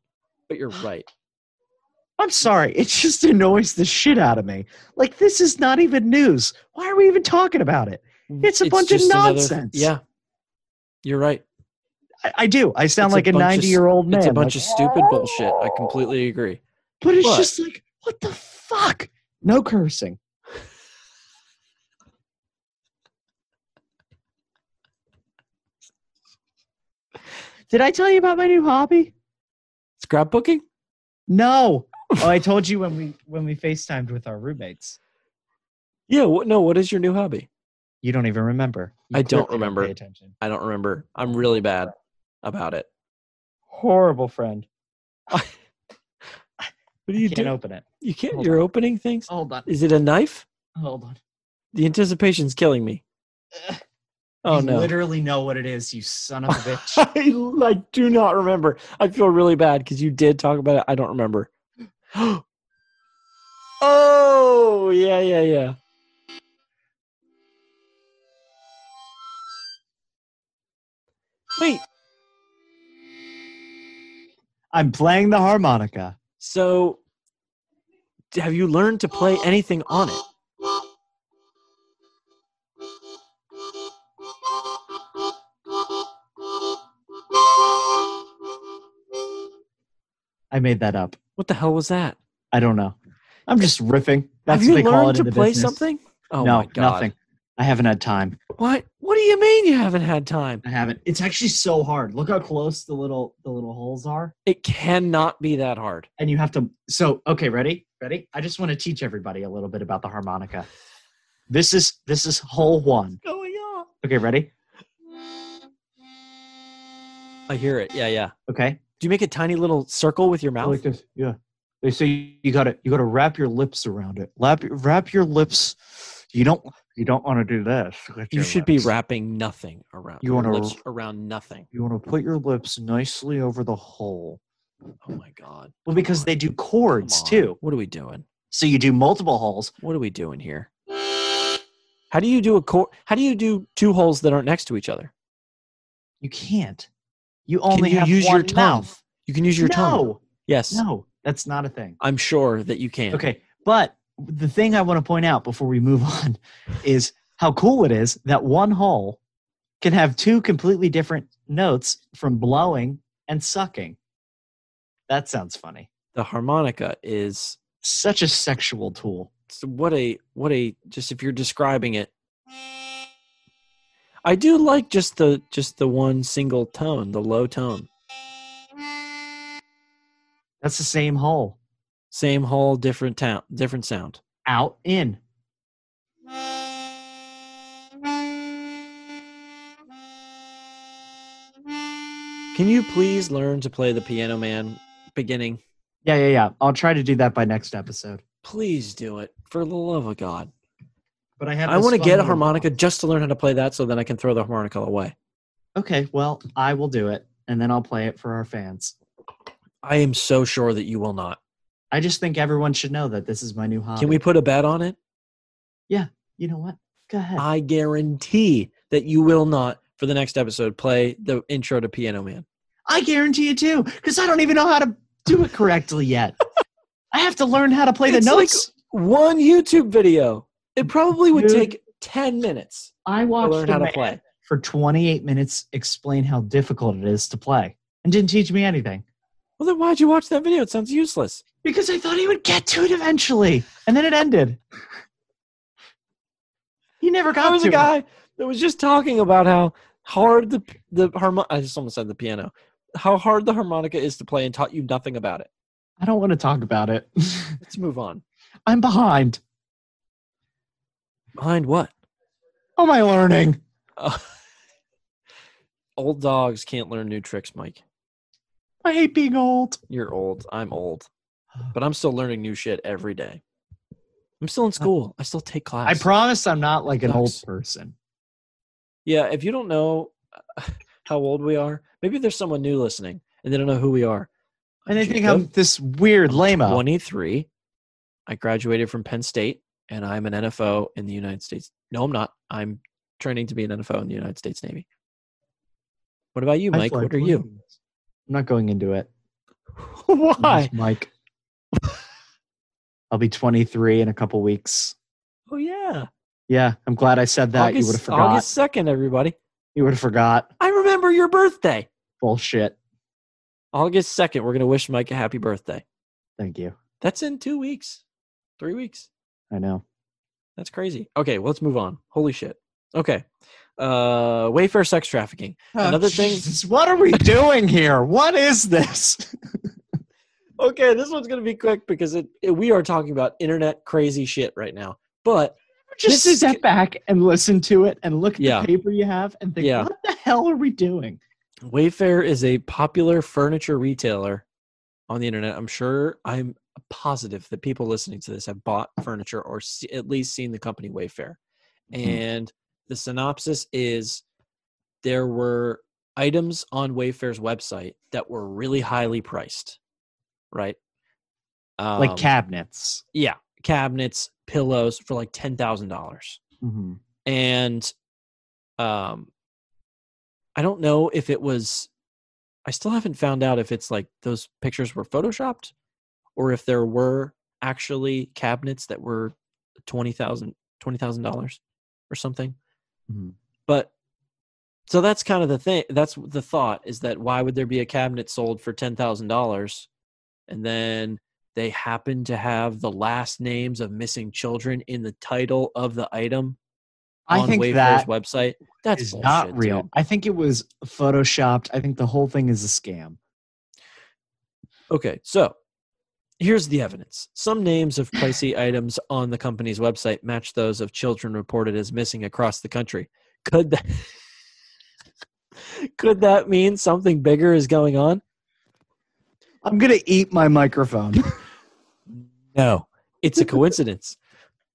But [GASPS] you're right.
I'm sorry, it just [LAUGHS] annoys the shit out of me. Like this is not even news. Why are we even talking about it? It's a bunch of
Mm, just another-
nonsense.
yeah, you're right.
I, I do. I sound
It's a
like a,
bunch of s-
90 year old man.
It's a bunch of
like,
stupid bullshit. I completely agree.
But it's
But-
just like, what the fuck?
[LAUGHS]
No cursing. Did I tell you about my new hobby?
Scrapbooking?
No. Oh, I told you when we when we FaceTimed with our roommates.
Yeah. What, no. What is your new hobby?
You don't even remember. You
I don't
clearly
remember.
pay attention.
I don't remember. I'm really bad about it.
Horrible friend.
What do you
You can't
do?
open it.
you can't.
hold Oh.
You're opening things.
Hold on.
Is it a knife?
Hold on.
The anticipation's killing me.
Ugh.
Oh
you
no.
literally know what it is, you son of a bitch.
[LAUGHS] I, I do not remember. I feel really bad because you did talk about it. I don't remember. [GASPS] oh, yeah, yeah, yeah. Wait,
[LAUGHS] I'm playing the harmonica.
so d- have you learned to play anything on it?
I made that up.
What the hell was that?
I don't know. I'm just riffing. That's
have you
what they
learned
call it
to
in the
play
business.
something? Oh
no,
my god.
nothing. I haven't had time.
What? What do you mean you haven't had time?
I haven't. It's actually so hard. Look how close the little the little holes are,
It cannot be that hard.
and you have to. So okay, ready, ready. I just want to teach everybody a little bit about the harmonica. This is this is hole one.
Oh yeah.
Okay, ready.
I hear it. Yeah, yeah.
Okay.
Do you make a tiny little circle with your mouth?
Like this. Yeah. They say you got to you got to wrap your lips around it. Wrap wrap your lips. You don't you don't want to do this. with
you
your
should be
lips.
wrapping nothing around
You
your
wanna-
lips around nothing.
You want to put your lips nicely over the hole.
Oh my god.
Well, because they do chords
Come on.
too.
What are we doing?
So you do multiple holes.
What are we doing here? How do you do a chord? How do you do two holes that aren't next to each other?
You can't. You only
Can you
have
use
one
your tongue?
mouth.
You can use your
no,
tongue. Yes.
no, that's not a thing.
I'm sure that you can.
Okay, but the thing I want to point out before we move [LAUGHS] on is how cool it is that one hole can have two completely different notes from blowing and sucking. That sounds funny.
The harmonica is
Such a sexual tool.
so what a what a just if you're describing it i do like just the just the one single tone the low tone
That's the same hole.
same whole different town different sound
Out, in.
can you please learn to play the piano man beginning
Yeah, yeah, yeah. I'll try to do that by next episode.
please do it for the love of god
But I have.
i
this
want to
fun
get a
little-
harmonica just to learn how to play that so then i can throw the harmonica away
Okay, well, I will do it, and then I'll play it for our fans.
i am so sure that you will not
I just think everyone should know that this is my new hobby.
can we put a bet on it
You know what? Go ahead.
i guarantee that you will not for the next episode play the intro to piano man
I guarantee you too, because I don't even know how to do it correctly yet. I have to learn how to play the
It's like-
notes.
one YouTube video. It probably would
Dude.
take 10 minutes
I
to
watched
learn how
a
to
man
play.
for 28 minutes explain how difficult it is to play, and didn't teach me anything
Well, then why'd you watch that video? It sounds useless.
because I thought he would get to it eventually, and then it ended. he never got
I was
to
a
it.
guy that was just talking about how hard the the harmon I just almost said the piano. How hard the harmonica is to play and taught you nothing about it.
I don't want to talk about it. [LAUGHS]
Let's move on.
I'm behind.
Behind what?
How am I learning?
Uh, [LAUGHS] old dogs can't learn new tricks, Mike.
I hate being old.
You're old. I'm old. But I'm still learning new shit every day. I'm still in school. I still take class.
Uh, I promise I'm not like an old
Sucks.
person.
Yeah, if you don't know uh, [LAUGHS] how old we are, maybe there's someone new listening and they don't know who we are.
And they think I'm this weird lame
23. I graduated from Penn State and I'm an NFO in the United States. No, I'm not. I'm training to be an NFO in the United States Navy. What about you,
I
Mike?
fly
What are you?
planes. I'm not going into it. [LAUGHS]
Why?
Mike. I'll be 23 in a couple weeks.
Oh yeah.
Yeah, I'm glad I said that. you would have
August, August
forgot.
2nd, everybody.
You would have forgot.
I remember your birthday.
Bullshit.
August 2nd, we're going to wish Mike a happy birthday.
Thank you.
That's in 2 weeks. 3 weeks.
I know.
That's crazy. Okay, well, let's move on. Holy shit. Okay. Uh Wayfair sex trafficking. Another thing-
thing. What are we doing here? What is this? [LAUGHS]
Okay, this one's going to be quick because it, it- we are talking about internet crazy shit right now. But
Just
This is-
step back and listen to it and look at
Yeah.
the paper you have and think,
Yeah.
what the hell are we doing?
Wayfair is a popular furniture retailer on the internet. I'm sure I'm positive that people listening to this have bought furniture or se- at least seen the company Wayfair. And the synopsis is there were items on Wayfair's website that were really highly priced, right?
like
Um,
cabinets.
yeah cabinets pillows for like $10000
Mhm.
and um i don't know if it was i still haven't found out if it's like those pictures were photoshopped or if there were actually cabinets that were $20000 $20000 or something
Mhm.
but so that's kind of the thing that's the thought is that why would there be a cabinet sold for $10000 and then they happen to have the last names of missing children in the title of the item
I
on
think
Wayfair's
that
website. That's
is
bullshit,
not real.
dude.
I think it was photoshopped. I think the whole thing is a scam.
Okay, so here's the evidence. Some names of
[SIGHS]
pricey items on the company's website match those of children reported as missing across the country. Could that [LAUGHS] could that mean something bigger is going on?
I'm gonna eat my microphone.
No, it's a coincidence.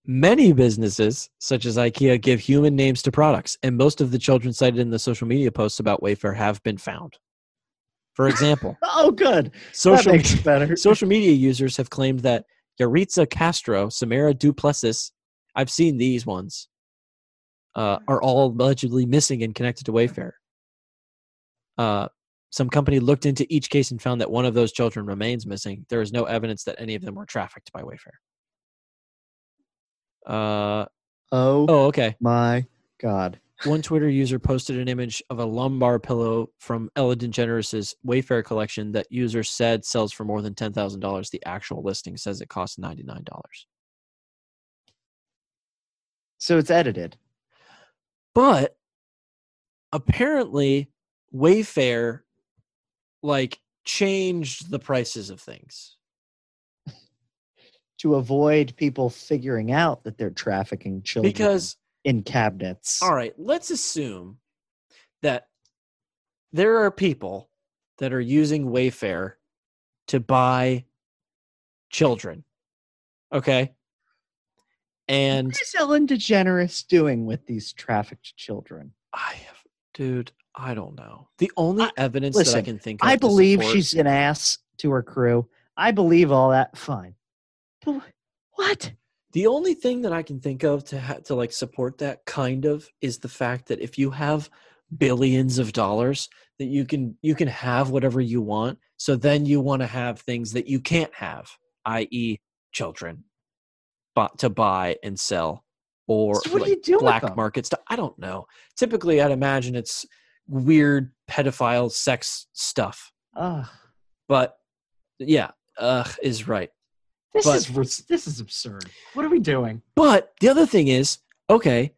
Many businesses, such as IKEA, give human names to products, and most of the children cited in the social media posts about Wayfair have been found. For example,
[LAUGHS] oh, good.
social
[LAUGHS] that makes it [LAUGHS] better.
Social media users have claimed that Yaritza Castro, Samara Duplessis, I've seen these ones, uh, are all allegedly missing and connected to Wayfair. Uh, some company looked into each case and found that one of those children remains missing. There is no evidence that any of them were trafficked by Wayfair. Uh,
oh,
oh, okay.
my God.
one Twitter user posted an image of a lumbar pillow from Ella DeGeneres' Wayfair collection that user said sells for more than ten thousand dollars. The actual listing says it costs ninety nine dollars.
So it's edited.
But apparently, Wayfair like changed the prices of things.
to avoid people figuring out that they're trafficking children
Because
in cabinets.
all right, let's assume that there are people that are using Wayfair to buy children. Okay? And
What is Ellen DeGeneres doing with these trafficked children?
I have, dude, I don't know. The only
I-
evidence that I
listen,
can think of.
I
to
believe
support-
she's an ass to her crew. I believe all that. Fine. But wh- what?
the only thing that I can think of to ha- to like support that kind of is the fact that if you have billions of dollars that you can you can have whatever you want so then you want to have things that you can't have i.e. children but to buy and sell or
So what
like,
do you do with
black
them?
market stuff i don't know typically i'd imagine it's weird pedophile sex stuff
Ugh.
but yeah uh is right
This
But-
is ris- this is absurd. What are we doing?
But the other thing is, okay,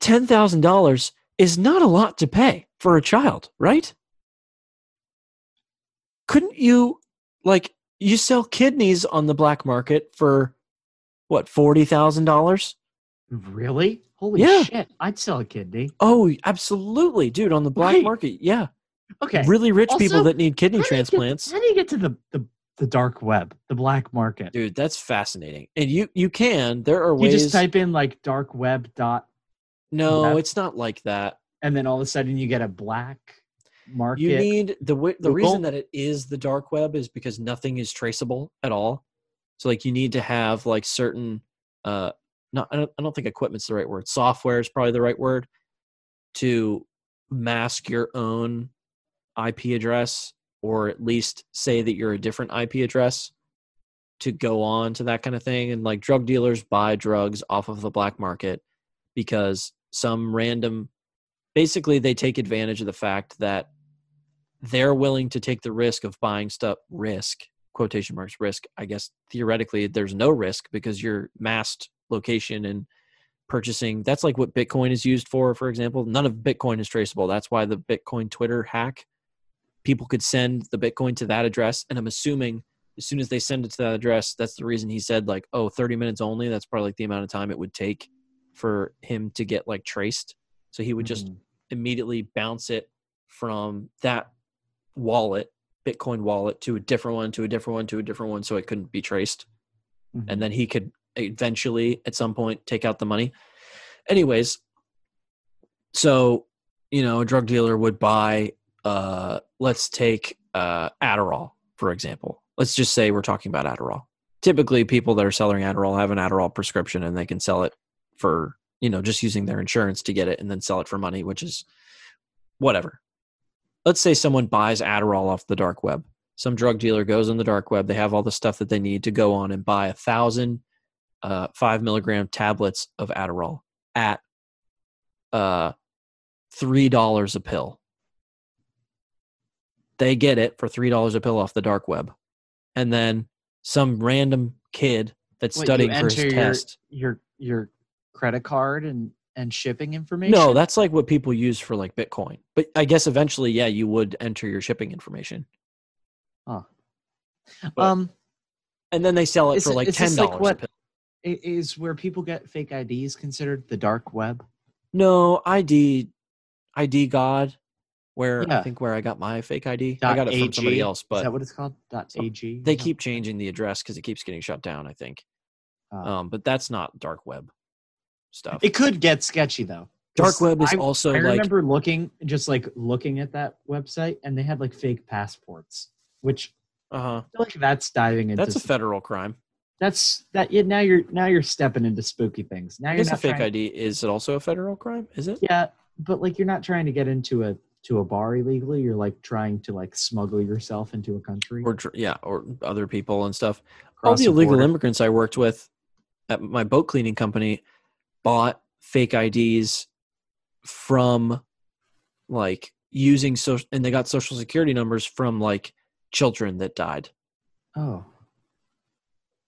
ten thousand dollars is not a lot to pay for a child, right? Couldn't you like you sell kidneys on the black market for what forty thousand dollars?
Really? Holy
Yeah.
shit! I'd sell a kidney.
Oh, absolutely, dude, on the black
Right.
market, yeah.
Okay.
Really rich people
Also,
that need kidney
How do you get-
transplants.
how do you get to the the, the dark web, the black market?
Dude, that's fascinating. And you you can. There are
you
ways
just type in like dark web dot
No,
Yeah.
it's not like that.
and then all of a sudden you get a black market
You need the wi- the
Google.
reason that it is the dark web is because nothing is traceable at all. So like you need to have like certain uh not I don't, I don't think equipment's the right word. Software is probably the right word to mask your own IP address or at least say that you're a different IP address to go on to that kind of thing and like drug dealers buy drugs off of the black market because some random basically they take advantage of the fact that they're willing to take the risk of buying stuff risk quotation marks risk i guess theoretically there's no risk because you're masked location and purchasing that's like what bitcoin is used for for example none of bitcoin is traceable that's why the bitcoin twitter hack people could send the bitcoin to that address and i'm assuming as soon as they send it to that address that's the reason he said like oh 30 minutes only that's probably like the amount of time it would take for him to get like traced so he would just
Mhm.
immediately bounce it from that wallet, Bitcoin wallet, to a different one, to a different one, to a different one, so it couldn't be traced.
Mhm.
And then he could eventually, at some point, take out the money. Anyways, so, you know, a drug dealer would buy, uh, let's take uh, Adderall, for example. Let's just say we're talking about Adderall. Typically, people that are selling Adderall have an Adderall prescription and they can sell it for, you know, just using their insurance to get it and then sell it for money, which is whatever. Let's say someone buys Adderall off the dark web. Some drug dealer goes on the dark web. They have all the stuff that they need to go on and buy a thousand uh, five milligram tablets of Adderall at uh, three dollars a pill. They get it for three dollars a pill off the dark web, and then some random kid that's
Wait, you
studying for his
enter your-
test
your your credit card and and shipping information
No, that's like what people use for like Bitcoin. But I guess eventually, yeah, you would enter your shipping information, but-
um
and then they sell it
Is
for
it-
like
is
ten
this like
dollars.
what- i- is where people get fake ids considered the dark web
No ID, ID God, where I
Yeah.
think where I got my fake ID. I
Dot
got it from
AG?
somebody else,
is
but
that what it's called dot
some-
ag
they keep changing the address because it keeps getting shut down. I think,
Uh,
um, but that's not dark web stuff.
it could get sketchy though 'cause
dark web is
I,
also
I
like
remember looking just like looking at that website and they had like fake passports which
uh huh.
I feel like that's diving into
That's a
some-
federal crime.
that's that yeah, now you're now you're stepping into spooky things now
I
you're
guess a
not
fake
trying-
ID is it also a federal crime? Is it?
yeah but like you're not trying to get into a to a bar illegally you're like trying to like smuggle yourself into a country
Or dr- yeah, or other people and stuff. all
cross
the
a
illegal
border.
immigrants I worked with at my boat cleaning company bought fake IDs from like using social and they got social security numbers from like children that died
Oh.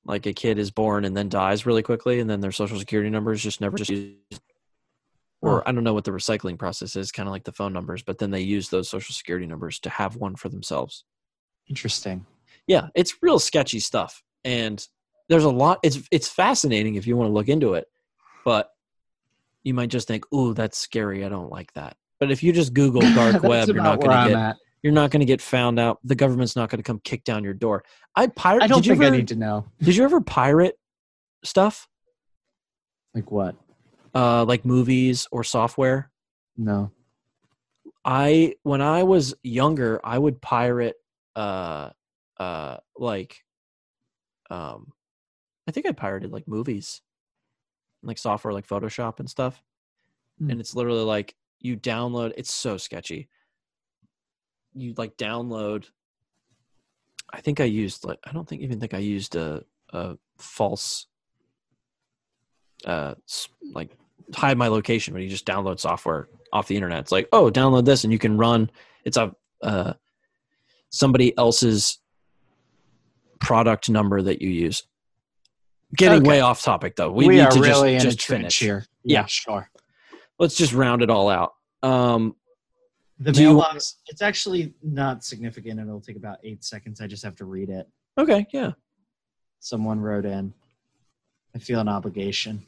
like a kid is born and then dies really quickly and then their social security numbers just never just used
Huh.
or i don't know what the recycling process is kind of like the phone numbers but then they use those social security numbers to have one for themselves
Interesting.
yeah it's real sketchy stuff and there's a lot it's it's fascinating if you want to look into it but you might just think oh that's scary i don't like that but if you just
[LAUGHS]
google dark
That's
web you're not
about where
going
I'm
to get
at.
you're not going to get found out the government's not going to come kick down your door i pirate
I don't
did you
think I
ever-
need to know.
did you ever pirate stuff
Like what?
uh, like movies or software.
No.
I when I was younger, I would pirate uh uh like um I think I pirated like movies. Like software like Photoshop and stuff.
Hmm.
And it's literally like you download it's so sketchy. You like download I think I used like I don't think even think I used a a false uh s- like hide my location but you just download software off the internet. It's like, oh, download this and you can run. It's a uh, somebody else's product number that you use. Getting
Okay.
way off topic though. We,
We,
need
are
to
really
just,
in
just
a trench
finish.
here.
Yeah.
sure.
Let's just round it all out. Um,
The
Do you-
mailbox, it's actually not significant and it'll take about eight seconds. I just have to read it.
okay, yeah.
Someone wrote in. I feel an obligation.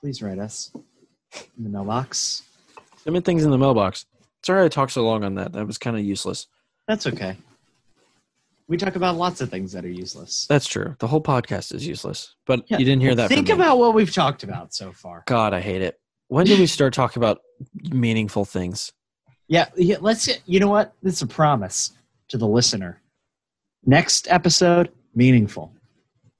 Please write us in the mailbox.
Submit things in the mailbox. Sorry I talked so long on that. That was kind of useless.
That's okay. We talk about lots of things that are useless.
That's true. The whole podcast is useless. But
Yeah.
you didn't hear that.
Think
from me.
about what we've talked about so far.
God, I hate it. When did we start talking about meaningful things?
Yeah, yeah, let's. get- You know what? This is a promise to the listener. Next episode, meaningful,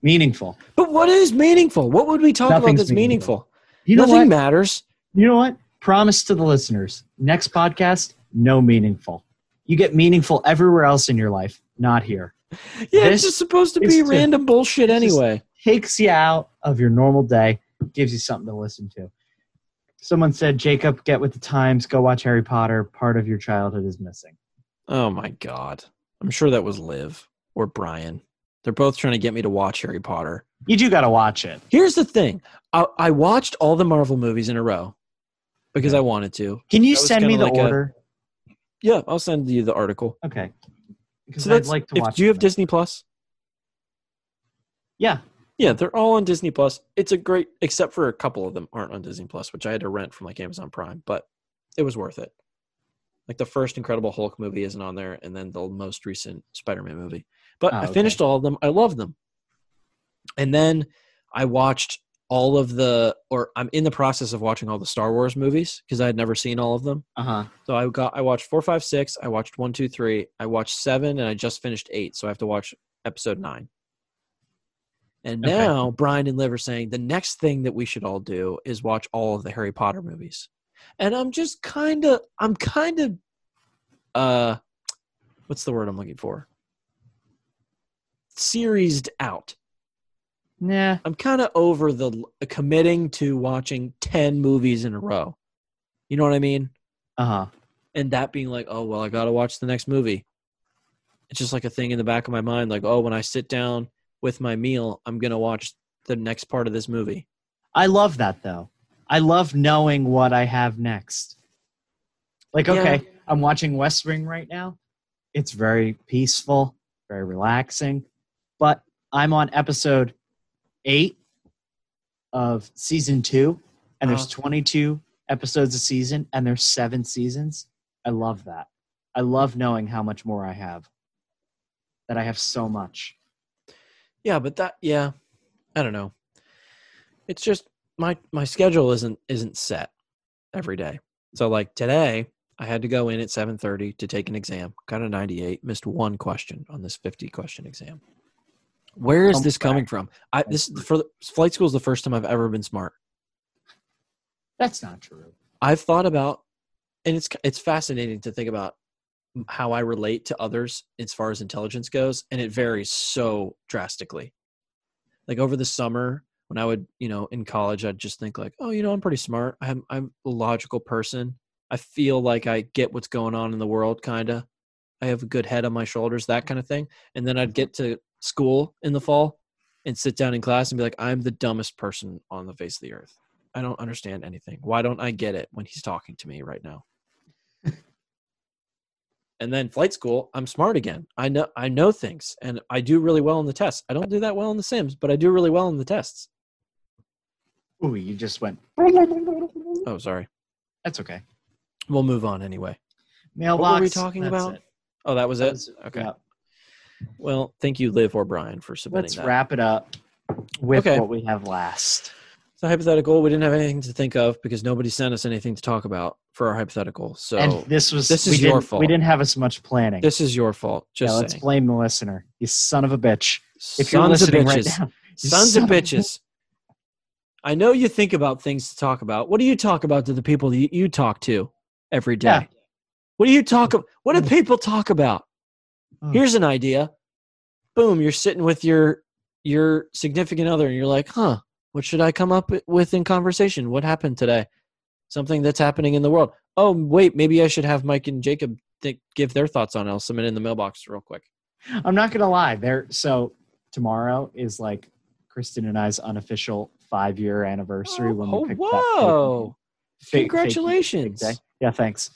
meaningful.
But what is meaningful? What would we talk
Nothing's
about that's
meaningful.
meaningful?
You know
Nothing
what?
matters.
you know what? Promise to the listeners. Next podcast, no meaningful. You get meaningful everywhere else in your life, not here.
Yeah,
This
it's just supposed to
is
be
just-
random bullshit
it's just-
anyway.
Takes you out of your normal day, gives you something to listen to. Someone said, Jacob, get with the times, go watch Harry Potter. Part of your childhood is missing.
oh my god. I'm sure that was Liv or Brian. They're both trying to get me to watch Harry Potter.
You do got to watch it.
Here's the thing. I, I watched all the Marvel movies in a row because I wanted to.
Can you
That was
send me
kinda
the
like a-
order?
Yeah, I'll send you the article.
okay. Because
So
I'd
that's
like to
if-
watch
do you have
them.
Disney Plus?
Yeah.
Yeah, they're all on Disney Plus. It's a great except for a couple of them aren't on Disney Plus, which I had to rent from like Amazon Prime, but it was worth it. Like the first Incredible Hulk movie isn't on there, and then the most recent Spider-Man movie. But
Oh,
I
okay.
finished all of them. I loved them. And then I watched all of the or I'm in the process of watching all the Star Wars movies because I had never seen all of them.
Uh huh.
So I got I watched four, five, six, I watched one, two, three, I watched seven, and I just finished eight. So I have to watch episode nine. And
Okay.
now Brian and Liv are saying the next thing that we should all do is watch all of the Harry Potter movies. And I'm just kinda I'm kinda uh what's the word I'm looking for? Seriesed out.
Nah.
I'm kind of over the l- committing to watching 10 movies in a row. You know what I mean?
Uh huh.
and that being like, oh well, I gotta watch the next movie. It's just like a thing in the back of my mind, like, oh, when I sit down with my meal, I'm gonna watch the next part of this movie.
I love that though. I love knowing what I have next. Like,
Yeah.
okay, I'm watching West Wing right now. It's very peaceful, very relaxing, but I'm on episode eight of season two, and there's
Uh-huh.
22 episodes a season, and there's seven seasons. I love that. I love knowing how much more I have. That I have so much.
Yeah, but that, yeah, I don't know. It's just my my schedule isn't isn't set every day. So like today, I had to go in at seven thirty to take an exam. Got a ninety eight. Missed one question on this fifty question exam. Where is
Come
this coming
back.
from? I this for flight school is the first time I've ever been smart.
That's not true.
I've thought about, and it's it's fascinating to think about how I relate to others as far as intelligence goes, and it varies so drastically. Like over the summer, when I would, you know, in college, I'd just think like, oh, you know, I'm pretty smart. I'm I'm a logical person. I feel like I get what's going on in the world, kinda. I have a good head on my shoulders, that kind of thing. And then I'd get to school in the fall and sit down in class and be like, I'm the dumbest person on the face of the earth. I don't understand anything. Why don't I get it when he's talking to me right now? and then flight school, I'm smart again. I know I know things and I do really well in the tests. I don't do that well in the sims, but I do really well in the tests.
Ooh, you just went.
Oh, sorry.
That's okay.
We'll move on anyway.
Mailbox.
talking
that's
about?
it.
Oh, that was
That
it.
was-
okay.
yeah.
Well, thank you, Liv or Brian, for submitting
Let's
that.
wrap it up with
Okay.
what we have last.
So hypothetical, we didn't have anything to think of because nobody sent us anything to talk about for our hypothetical. So
and this was
this
we
is your
didn't-
fault.
We didn't have as much planning.
this is your fault. Just
yeah, let's
saying.
blame the listener. You son of a bitch. If you're
sons of
listening
bitches,
right now, you
sons
son
of bitches. I know you think about things to talk about. What do you talk about to the people that you- you talk to every day?
Yeah.
What do you talk? ab- What do people talk about?
Mm.
Here's an idea. Boom! You're sitting with your your significant other, and you're like, "Huh? What should I come up with in conversation? What happened today? Something that's happening in the world. Oh, wait, maybe I should have Mike and Jacob think, give their thoughts on it. I'll submit it in the mailbox real quick.
I'm not gonna lie. There. So tomorrow is like Kristen and I's unofficial five year anniversary when
Oh,
we picked that.
whoa!
fake- fake-
Congratulations!
fake day. Yeah, thanks.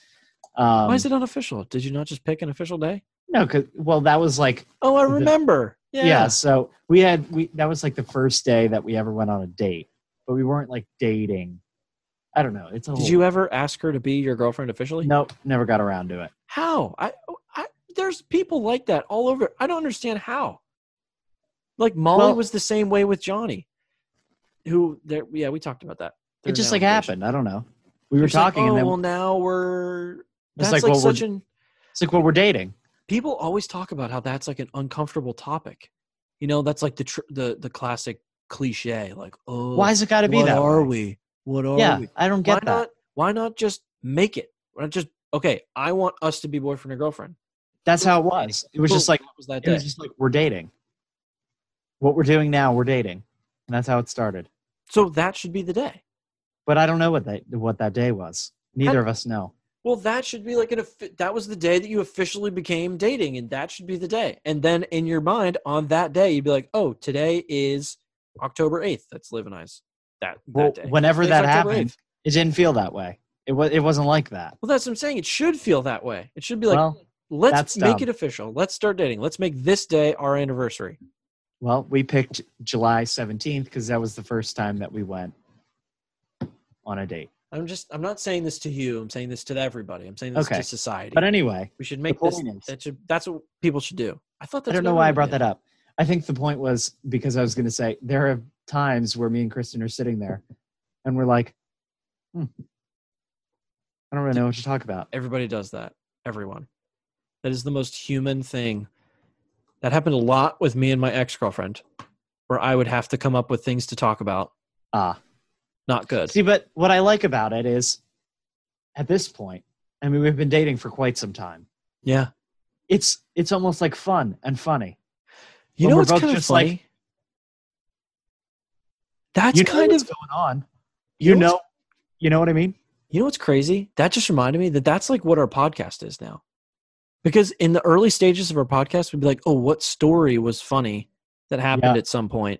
Um,
Why is it unofficial? Did you not just pick an official day?
no? 'cause- well, that was like
Oh, I
the-
remember.
yeah.
Yeah.
So we had we that was like the first day that we ever went on a date, but we weren't like dating. I don't know. It's a
Did
whole-
you ever ask her to be your girlfriend officially?
Nope, never got around to it.
How? I, oh, I there's people like that all over. I don't understand how. Like Molly
Well-
was the same way with Johnny. Who there yeah, we talked about that. They're
it just
now
like
engaged.
happened. I don't know. We were
It's like,
talking,
oh,
and then
well now we're
It's
that's
like,
like,
well, we're-
such an
it's like, well, we're dating.
people always talk about how that's like an uncomfortable topic. You know, that's like the tr- the the classic cliche like oh
Why has it got to be
what
that?
are
way?
we? What are
Yeah,
we?
I don't
Why
get that.
not? Why not just make it? Why not just okay? I want us to be boyfriend or girlfriend.
That's how it was. It was
Boom.
just like
That was that
it
day.
was just like we're dating. What we're doing now, we're dating, and that's how it started.
so that should be the day.
But I don't know what that what that day was. Neither of us know.
Well, that should be like an. offi- That was the day that you officially became dating, and that should be the day. And then in your mind, on that day, you'd be like, "Oh, today is October eighth. That's Liv and I's that, that
Well,
day."
whenever
Today's
that
October
happened,
8th.
it didn't feel that way. It was. It wasn't like that.
well, that's what I'm saying. It should feel that way. It should be like,
well, that's
"Let's make
dumb.
it official. Let's start dating. Let's make this day our anniversary."
well, we picked July seventeenth because that was the first time that we went on a date.
I'm just. I'm not saying this to you. I'm saying this to everybody. I'm saying this
Okay.
to society.
But anyway,
We should make
The
this.
point is-
That should, that's what people should do. I thought.
I
That's
don't know why I brought that up. I think the point was because I was going to say there are times where me and Kristen are sitting there and we're like, hmm, I don't really know what to talk about.
Everybody does that. Everyone. That is the most human thing. That happened a lot with me and my ex girlfriend, where I would have to come up with things to talk about.
Ah,
Not good.
see, but what I like about it is at this point, I mean, we've been dating for quite some time.
yeah.
It's it's almost like fun and funny.
You
When
know
we're
what's
both
kind of
just like-
funny? that's
you know
kind
what's
of.
going on. You
know
know,
what's-
you know what I mean.
You know what's crazy? That just reminded me that that's like what our podcast is now. Because in the early stages of our podcast, we'd be like, oh, what story was funny that happened
Yeah.
at some point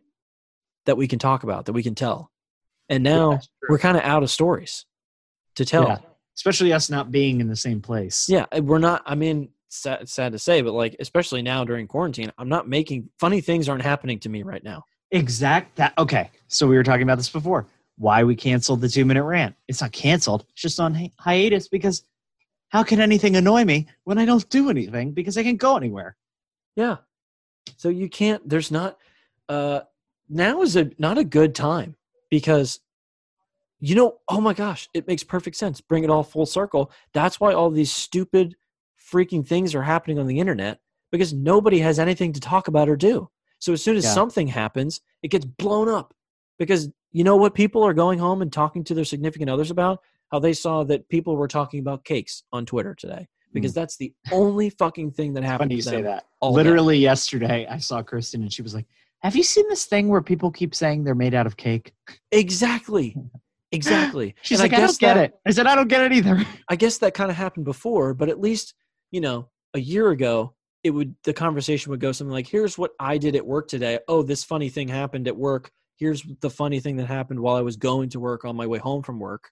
that we can talk about, that we can tell? And now
That's true.
we're kind of out of stories to
Yeah.
tell.
especially us not being in the same place.
Yeah. and we're not, I mean, sad, sad to say, but like, especially now during quarantine, I'm not making funny things aren't happening to me right now.
Exact that. Okay, so we were talking about this before. Why we canceled the two minute rant? It's not canceled. It's just on hi- hiatus because how can anything annoy me when I don't do anything because I can't go anywhere?
Yeah. So you can't, there's not, uh, now is a, not a good time because, you know, oh my gosh, it makes perfect sense. Bring it all full circle. That's why all these stupid freaking things are happening on the internet because nobody has anything to talk about or do. So as soon as
Yeah.
something happens, it gets blown up because you know what people are going home and talking to their significant others about? How they saw that people were talking about cakes on Twitter today because that's the only fucking thing that happened.
Mm.
to
Funny you say
them
that.
all day.
Literally yesterday, I saw Kristen and she was like, Have you seen this thing where people keep saying they're made out of cake?
Exactly. Exactly.
[GASPS] She's
And
like, I, don't get
that,
it. I said, I don't get it either. [LAUGHS]
I guess that kind of happened before, but at least, you know, a year ago, it would the conversation would go something like, here's what I did at work today. Oh, this funny thing happened at work. Here's the funny thing that happened while I was going to work on my way home from work.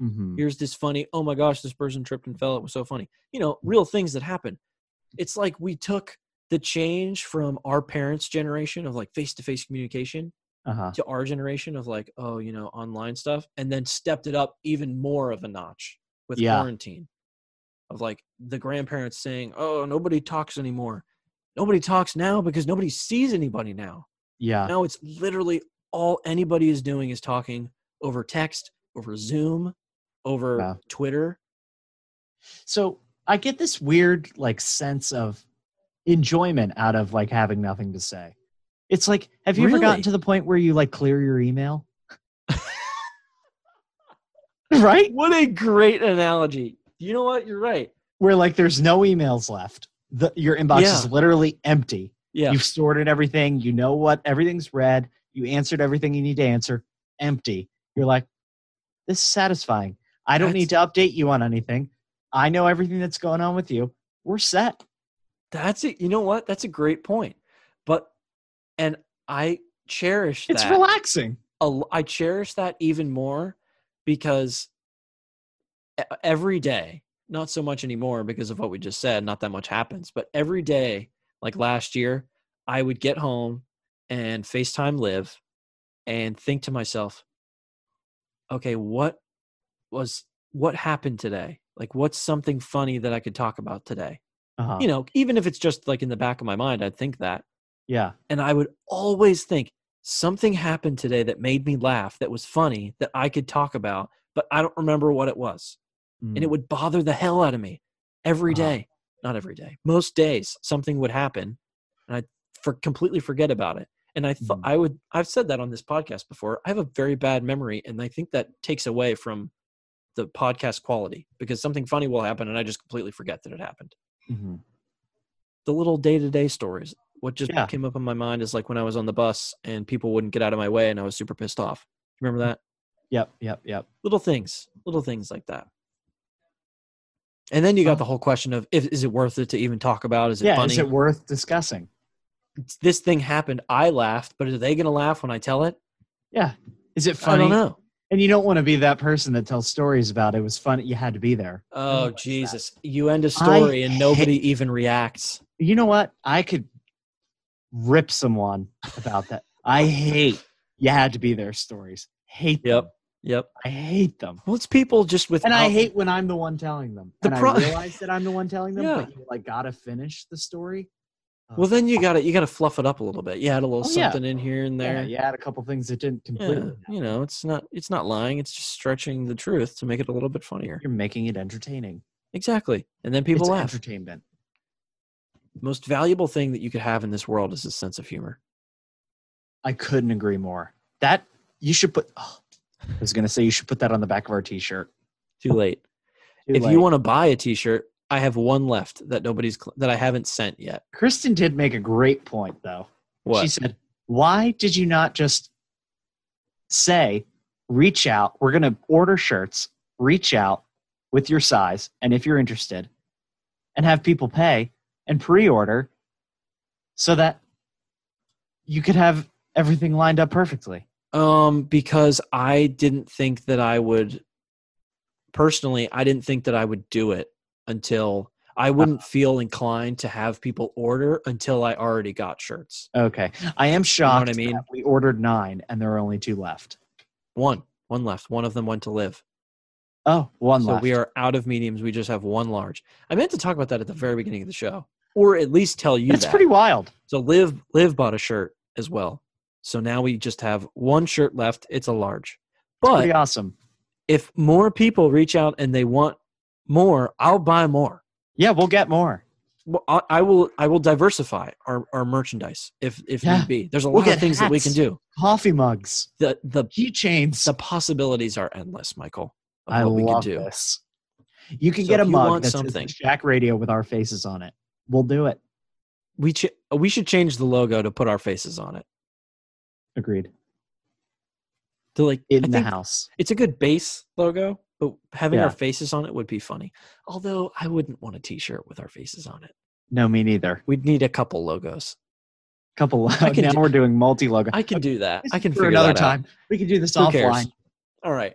Mhm.
Here's this funny, oh my gosh, this person tripped and fell. It was so funny. You know, real things that happen. It's like we took the change from our parents' generation of like face to face communication
Uh-huh.
to our generation of like, oh, you know, online stuff, and then stepped it up even more of a notch with
Yeah.
quarantine. Of like the grandparents saying, oh, nobody talks anymore. Nobody talks now because nobody sees anybody now.
Yeah.
Now it's literally all anybody is doing is talking over text, over Zoom, over
Wow.
Twitter.
So I get this weird like sense of enjoyment out of like having nothing to say. It's like, have you ever
Really?
gotten to the point where you like clear your email? [LAUGHS] right?
What a great analogy. You know what? You're right.
Where like there's no emails left. The, your inbox is
Yeah.
literally empty.
Yeah.
You've sorted everything. You know what everything's read. You answered everything you need to answer. Empty. You're like, this is satisfying. I don't need to update you on anything. I know everything that's going on with you. We're set.
That's it. You know what? That's a great point. But and I cherish
It's
that.
relaxing.
a l- I cherish that even more because e- every day, not so much anymore because of what we just said, not that much happens, but every day, like last year, I would get home and FaceTime live and think to myself, okay, what was what happened today? Like what's something funny that I could talk about today?
Uh-huh.
You know, even if it's just like in the back of my mind, I'd think that
yeah.
and I would always think something happened today that made me laugh, that was funny, that I could talk about, but I don't remember what it was.
Mm-hmm.
And it would bother the hell out of me every
Mm. Uh-huh.
day. Not every day. Most days something would happen and I for completely forget about it. And I thought
Mhm.
I would I've said that on this podcast before. I have a very bad memory and I think that takes away from the podcast quality because something funny will happen and I just completely forget that it happened
Mhm.
the little day to day stories. What just
Yeah.
came up in my mind is like when I was on the bus and people wouldn't get out of my way and I was super pissed off. Remember that?
Yep. Yep. Yep.
Little things, little things like that. And then you got
Huh.
the whole question of if, is it worth it to even talk about? Is it
yeah.
funny?
Is it worth discussing?
this thing happened. I laughed, but are they going to laugh when I tell it?
Is it funny?
I don't know.
And you don't want to be that person that tells stories about it was funny. You had to be there.
Oh,
what's that?
Jesus. You end a story and
hate-
nobody even reacts.
You know what? I could rip someone about that. I hate you had to be there stories. Hate
Yep.
them.
Yep.
I hate them.
Well, it's people just with.
And I hate when I'm the one telling them.
The
and
pro- [LAUGHS]
I realize that I'm the one telling them,
Yeah.
but you like gotta finish the story. Uh,
Well, then you got to you got to fluff it up a little bit. You add a little
Oh, yeah.
something in here and there.
yeah, you had a couple things that didn't
Yeah,
completely.
you know, it's not it's not lying. It's just stretching the truth to make it a little bit funnier.
You're making it entertaining.
Exactly, and then people
it's
laugh.
entertainment.
The most valuable thing that you could have in this world is a sense of humor.
I couldn't agree more. That you should put. Oh, I was gonna say you should put that on the back of our T-shirt.
Too late.
Too
if
late.
you want to buy a T-shirt, I have one left that nobody's cl- that I haven't sent yet.
Kristen did make a great point though.
What?
She said, "Why did you not just say, reach out? We're gonna order shirts. Reach out with your size, and if you're interested, and have people pay and pre-order, so that you could have everything lined up perfectly."
um, because I didn't think that I would. Personally, I didn't think that I would do it until I
Uh-huh.
wouldn't feel inclined to have people order until I already got shirts.
Okay, I am shocked.
I mean?
that we ordered nine, and there are only two left.
One, one left. One of them went to live.
Oh, one
so
left.
we are out of mediums. We just have one large. I meant to talk about that at the very beginning of the show, or at least tell you
It's
that.
pretty wild.
so live live bought a shirt as well. So now we just have one shirt left. It's a large.
pretty
But
awesome.
if more people reach out and they want more, I'll buy more.
Yeah, we'll get more.
Well, I I will. I will diversify our, our merchandise if if
Yeah.
need be. There's a
We'll
lot of
get
things that we can
hats.
do.
Coffee mugs,
The the
keychains.
the possibilities are endless, Michael. Of
I
what we
love
can do.
this. You can
So
get a
if you
mug
want
that says
something-
the Shack Radio with our faces on it. We'll do it.
We ch- we should change the logo to put our faces on it.
Agreed.
To like
In
I
the
think
house.
it's a good base logo, but having
Yeah.
our faces on it would be funny. Although I wouldn't want a T-shirt with our faces on it.
No, me neither.
We'd need a couple logos.
Couple.
I can
[LAUGHS] now
do-
we're doing multi logo.
I can do that. I can
for
figure
another
that
time. We can do this
Out. Who cares?
offline.
All right.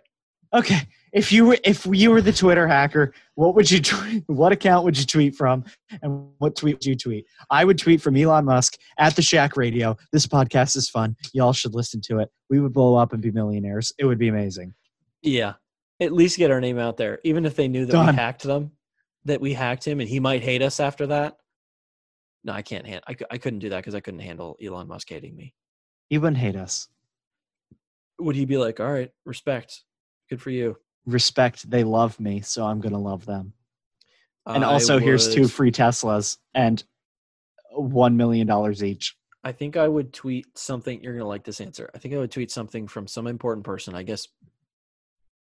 Okay. If you were if you were the Twitter hacker, what would you [LAUGHS] tweet, what account would you tweet from, and what tweet would you tweet? I would tweet from Elon Musk at the Shack Radio. This podcast is fun. Y'all should listen to it. We would blow up and be millionaires. It would be amazing.
Yeah. At least get our name out there, even if they knew that
Done.
we hacked them, that we hacked him, and he might hate us after that. No, I can't. Hand- I, cou- I couldn't do that because I couldn't handle Elon Musk hating me.
He wouldn't hate us.
Would he be like, "All right, respect, good for you"?
Respect. They love me, so I'm gonna love them. And
I
also, here's two
would-
free Teslas and one million dollars each.
I think I would tweet something. You're gonna like this answer. I think I would tweet something from some important person. I guess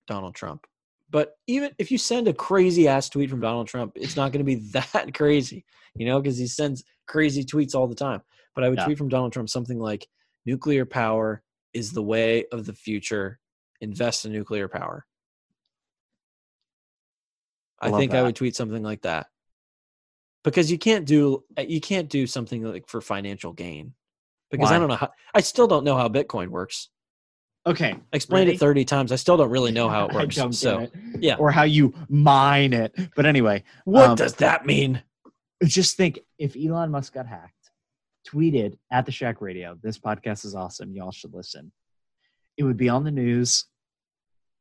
Donald Trump. But even if you send a crazy ass tweet from Donald Trump, it's not gonna be [LAUGHS] that crazy, you know, because he sends crazy tweets all the time. But I would
Yeah.
tweet from Donald Trump something like nuclear power is the way of the future. Invest in nuclear power. I,
Love
think I
that.
would tweet something like that. Because you can't do uh, you can't do something like for financial gain. Because
Why?
I don't know how I still don't know how Bitcoin works.
Okay,
I explained
Ready?
it 30 times. I still don't really know how it
[LAUGHS] I
works.
don't get
so,
it.
yeah.
or how you mine it. But anyway,
what
Um,
does that mean?
just think if Elon Musk got hacked, tweeted at the Shack Radio, this podcast is awesome. Y'all should listen. It would be on the news.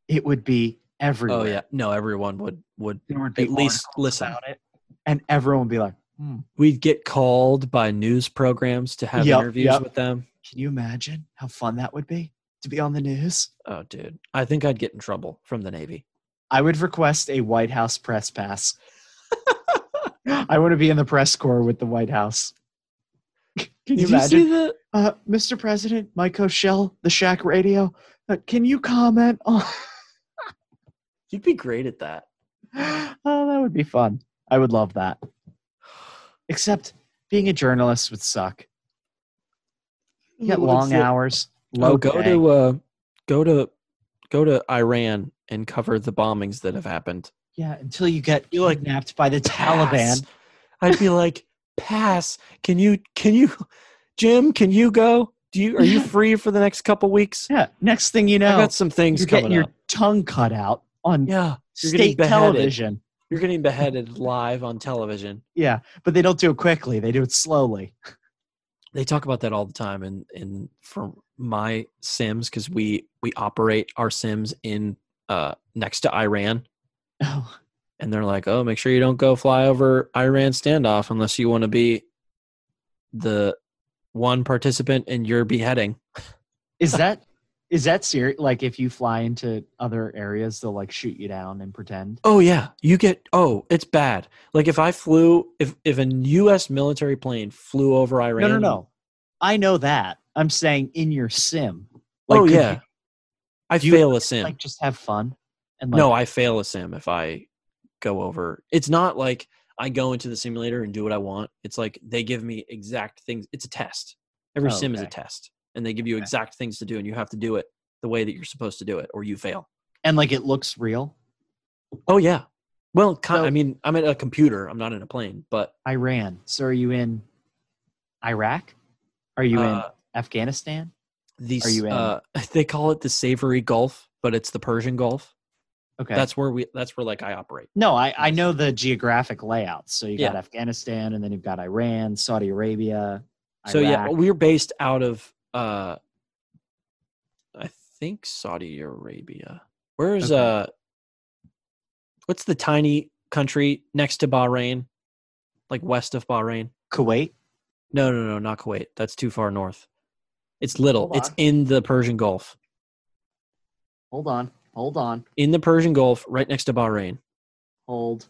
It would be everywhere.
Oh yeah, no, everyone would would
There would be
at least
articles
listen.
about it. And everyone would be like, hmm,
We'd get called by news programs to have
Yep,
interviews
yep.
with them.
can you imagine how fun that would be to be on the news?
Oh, dude, I think I'd get in trouble from the Navy.
I would request a White House
[LAUGHS]
press pass. I want to be in the press corps with the White House. [LAUGHS] Can you
Did
imagine?
you see the?
Uh, Mr. President, Mike O'Shell, The Shack Radio, uh, can you comment on? [LAUGHS]
You'd be great at that.
oh, that would be fun. I would love that. Except being a journalist would suck. You get
What
long
is it?
hours, low
Oh, go
pay.
to uh, go to go to Iran and cover the bombings that have happened.
yeah, until you get
You like-
kidnapped by the Taliban.
Pass. I'd be like, pass. Can you? Can you? Jim, can you go? Do you? Are [LAUGHS] you free for the next couple weeks?
Yeah, next thing you
I
know,
got some things
you're getting
coming
your
up.
tongue cut out on
Yeah, you're getting
state
beheaded.
television.
you're getting beheaded live on television.
Yeah, but they don't do it quickly. They do it slowly.
They talk about that all the time, and in for my Sims because we we operate our Sims in uh next to Iran,
Oh,
and they're like, oh, make sure you don't go fly over Iran standoff unless you want to be the one participant in your beheading.
is that is that serious? Like, if you fly into other areas, they'll like shoot you down and pretend.
Oh yeah, you get oh, it's bad. Like if I flew if if a US military plane flew over Iran.
No, no, no. I know that. I'm saying in your sim.
oh
could
yeah.
you,
I
do you
fail a sim.
like just have fun. And like,
no, I fail a sim if I go over. It's not like I go into the simulator and do what I want. It's like they give me exact things. It's a test. Every
Oh,
sim is a
okay.
test, and they give you exact things to do, and you have to do it the way that you're supposed to do it, or you fail.
and like it looks real.
Oh yeah. Well, ki-
So-
I mean, I'm at a computer. I'm not in a plane, but
Iran. So are you in Iraq? Are you
uh,
in Afghanistan?
these
Are you in?
uh [LAUGHS] they call it the savory gulf but it's the persian gulf
Okay.
that's where we that's where like i operate
no, I, I know the geographic layouts. So you got
Yeah.
Afghanistan, and then you've got Iran, Saudi Arabia.
so yeah
Iraq.
we're based out of uh i think saudi arabia where's
Okay.
uh what's the tiny country next to bahrain like west of bahrain
Kuwait.
no no no not kuwait that's too far north it's little
Hold
it's
on.
in the persian gulf
Hold on, hold on,
in the persian gulf right next to bahrain
hold.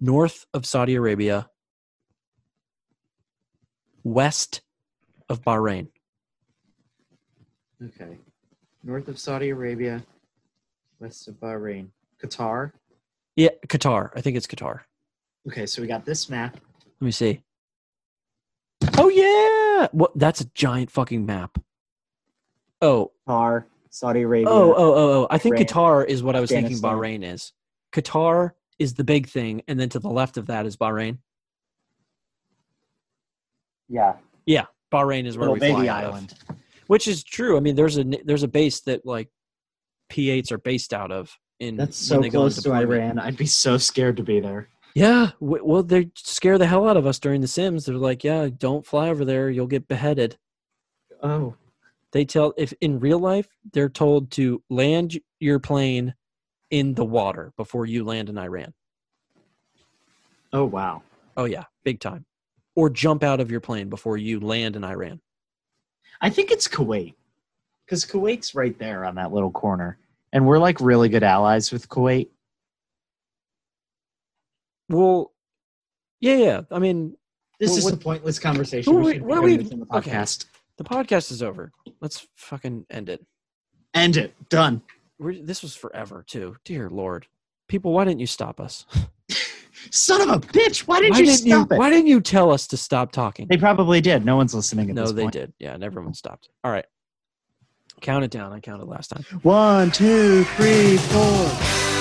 north of Saudi Arabia, west of Bahrain.
Okay. North of Saudi Arabia, west of Bahrain, Qatar.
Yeah, Qatar. I think it's Qatar.
Okay, so we got this map.
Let me see. Oh yeah, what? That's a giant fucking map. Oh,
Qatar, Saudi Arabia.
oh, oh, oh, oh. I think
Iran,
Qatar is what I was thinking
Afghanistan.
Bahrain is. Qatar is the big thing, and then to the left of that is Bahrain.
Yeah.
Bahrain is where
Little
we fly
baby
out of.
island.
which is true. I mean, there's a there's a base that like P8s are based out of. In
That's
Mm. when
so
they go on
close to
deployment.
Iran. I'd be so scared to be there.
Yeah, w- well, they scare the hell out of us during the Sims. They're like, "Yeah, don't fly over there; you'll get beheaded."
Oh,
They tell if in real life they're told to land your plane in the water before you land in Iran.
oh wow.
Oh yeah, big time. Or jump out of your plane before you land in Iran.
I think it's Kuwait because Kuwait's right there on that little corner, and we're like really good allies with Kuwait.
Well, yeah, yeah. I mean,
This
Well,
is
what-
a pointless conversation.
Who are we-
we, should be
what are
doing
we-
this in the
okay.
podcast.
the podcast is over. Let's fucking end it.
End it. Done.
We're, this was forever too. Dear Lord, people, why didn't you stop us?
Son of a bitch! Why did
why
you
didn't
stop it?
Why didn't you tell us to stop talking?
They probably did. No one's listening at
No,
this
they
point.
did. Yeah, and everyone stopped. All right. Count it down. I counted last time.
One, two, three, four.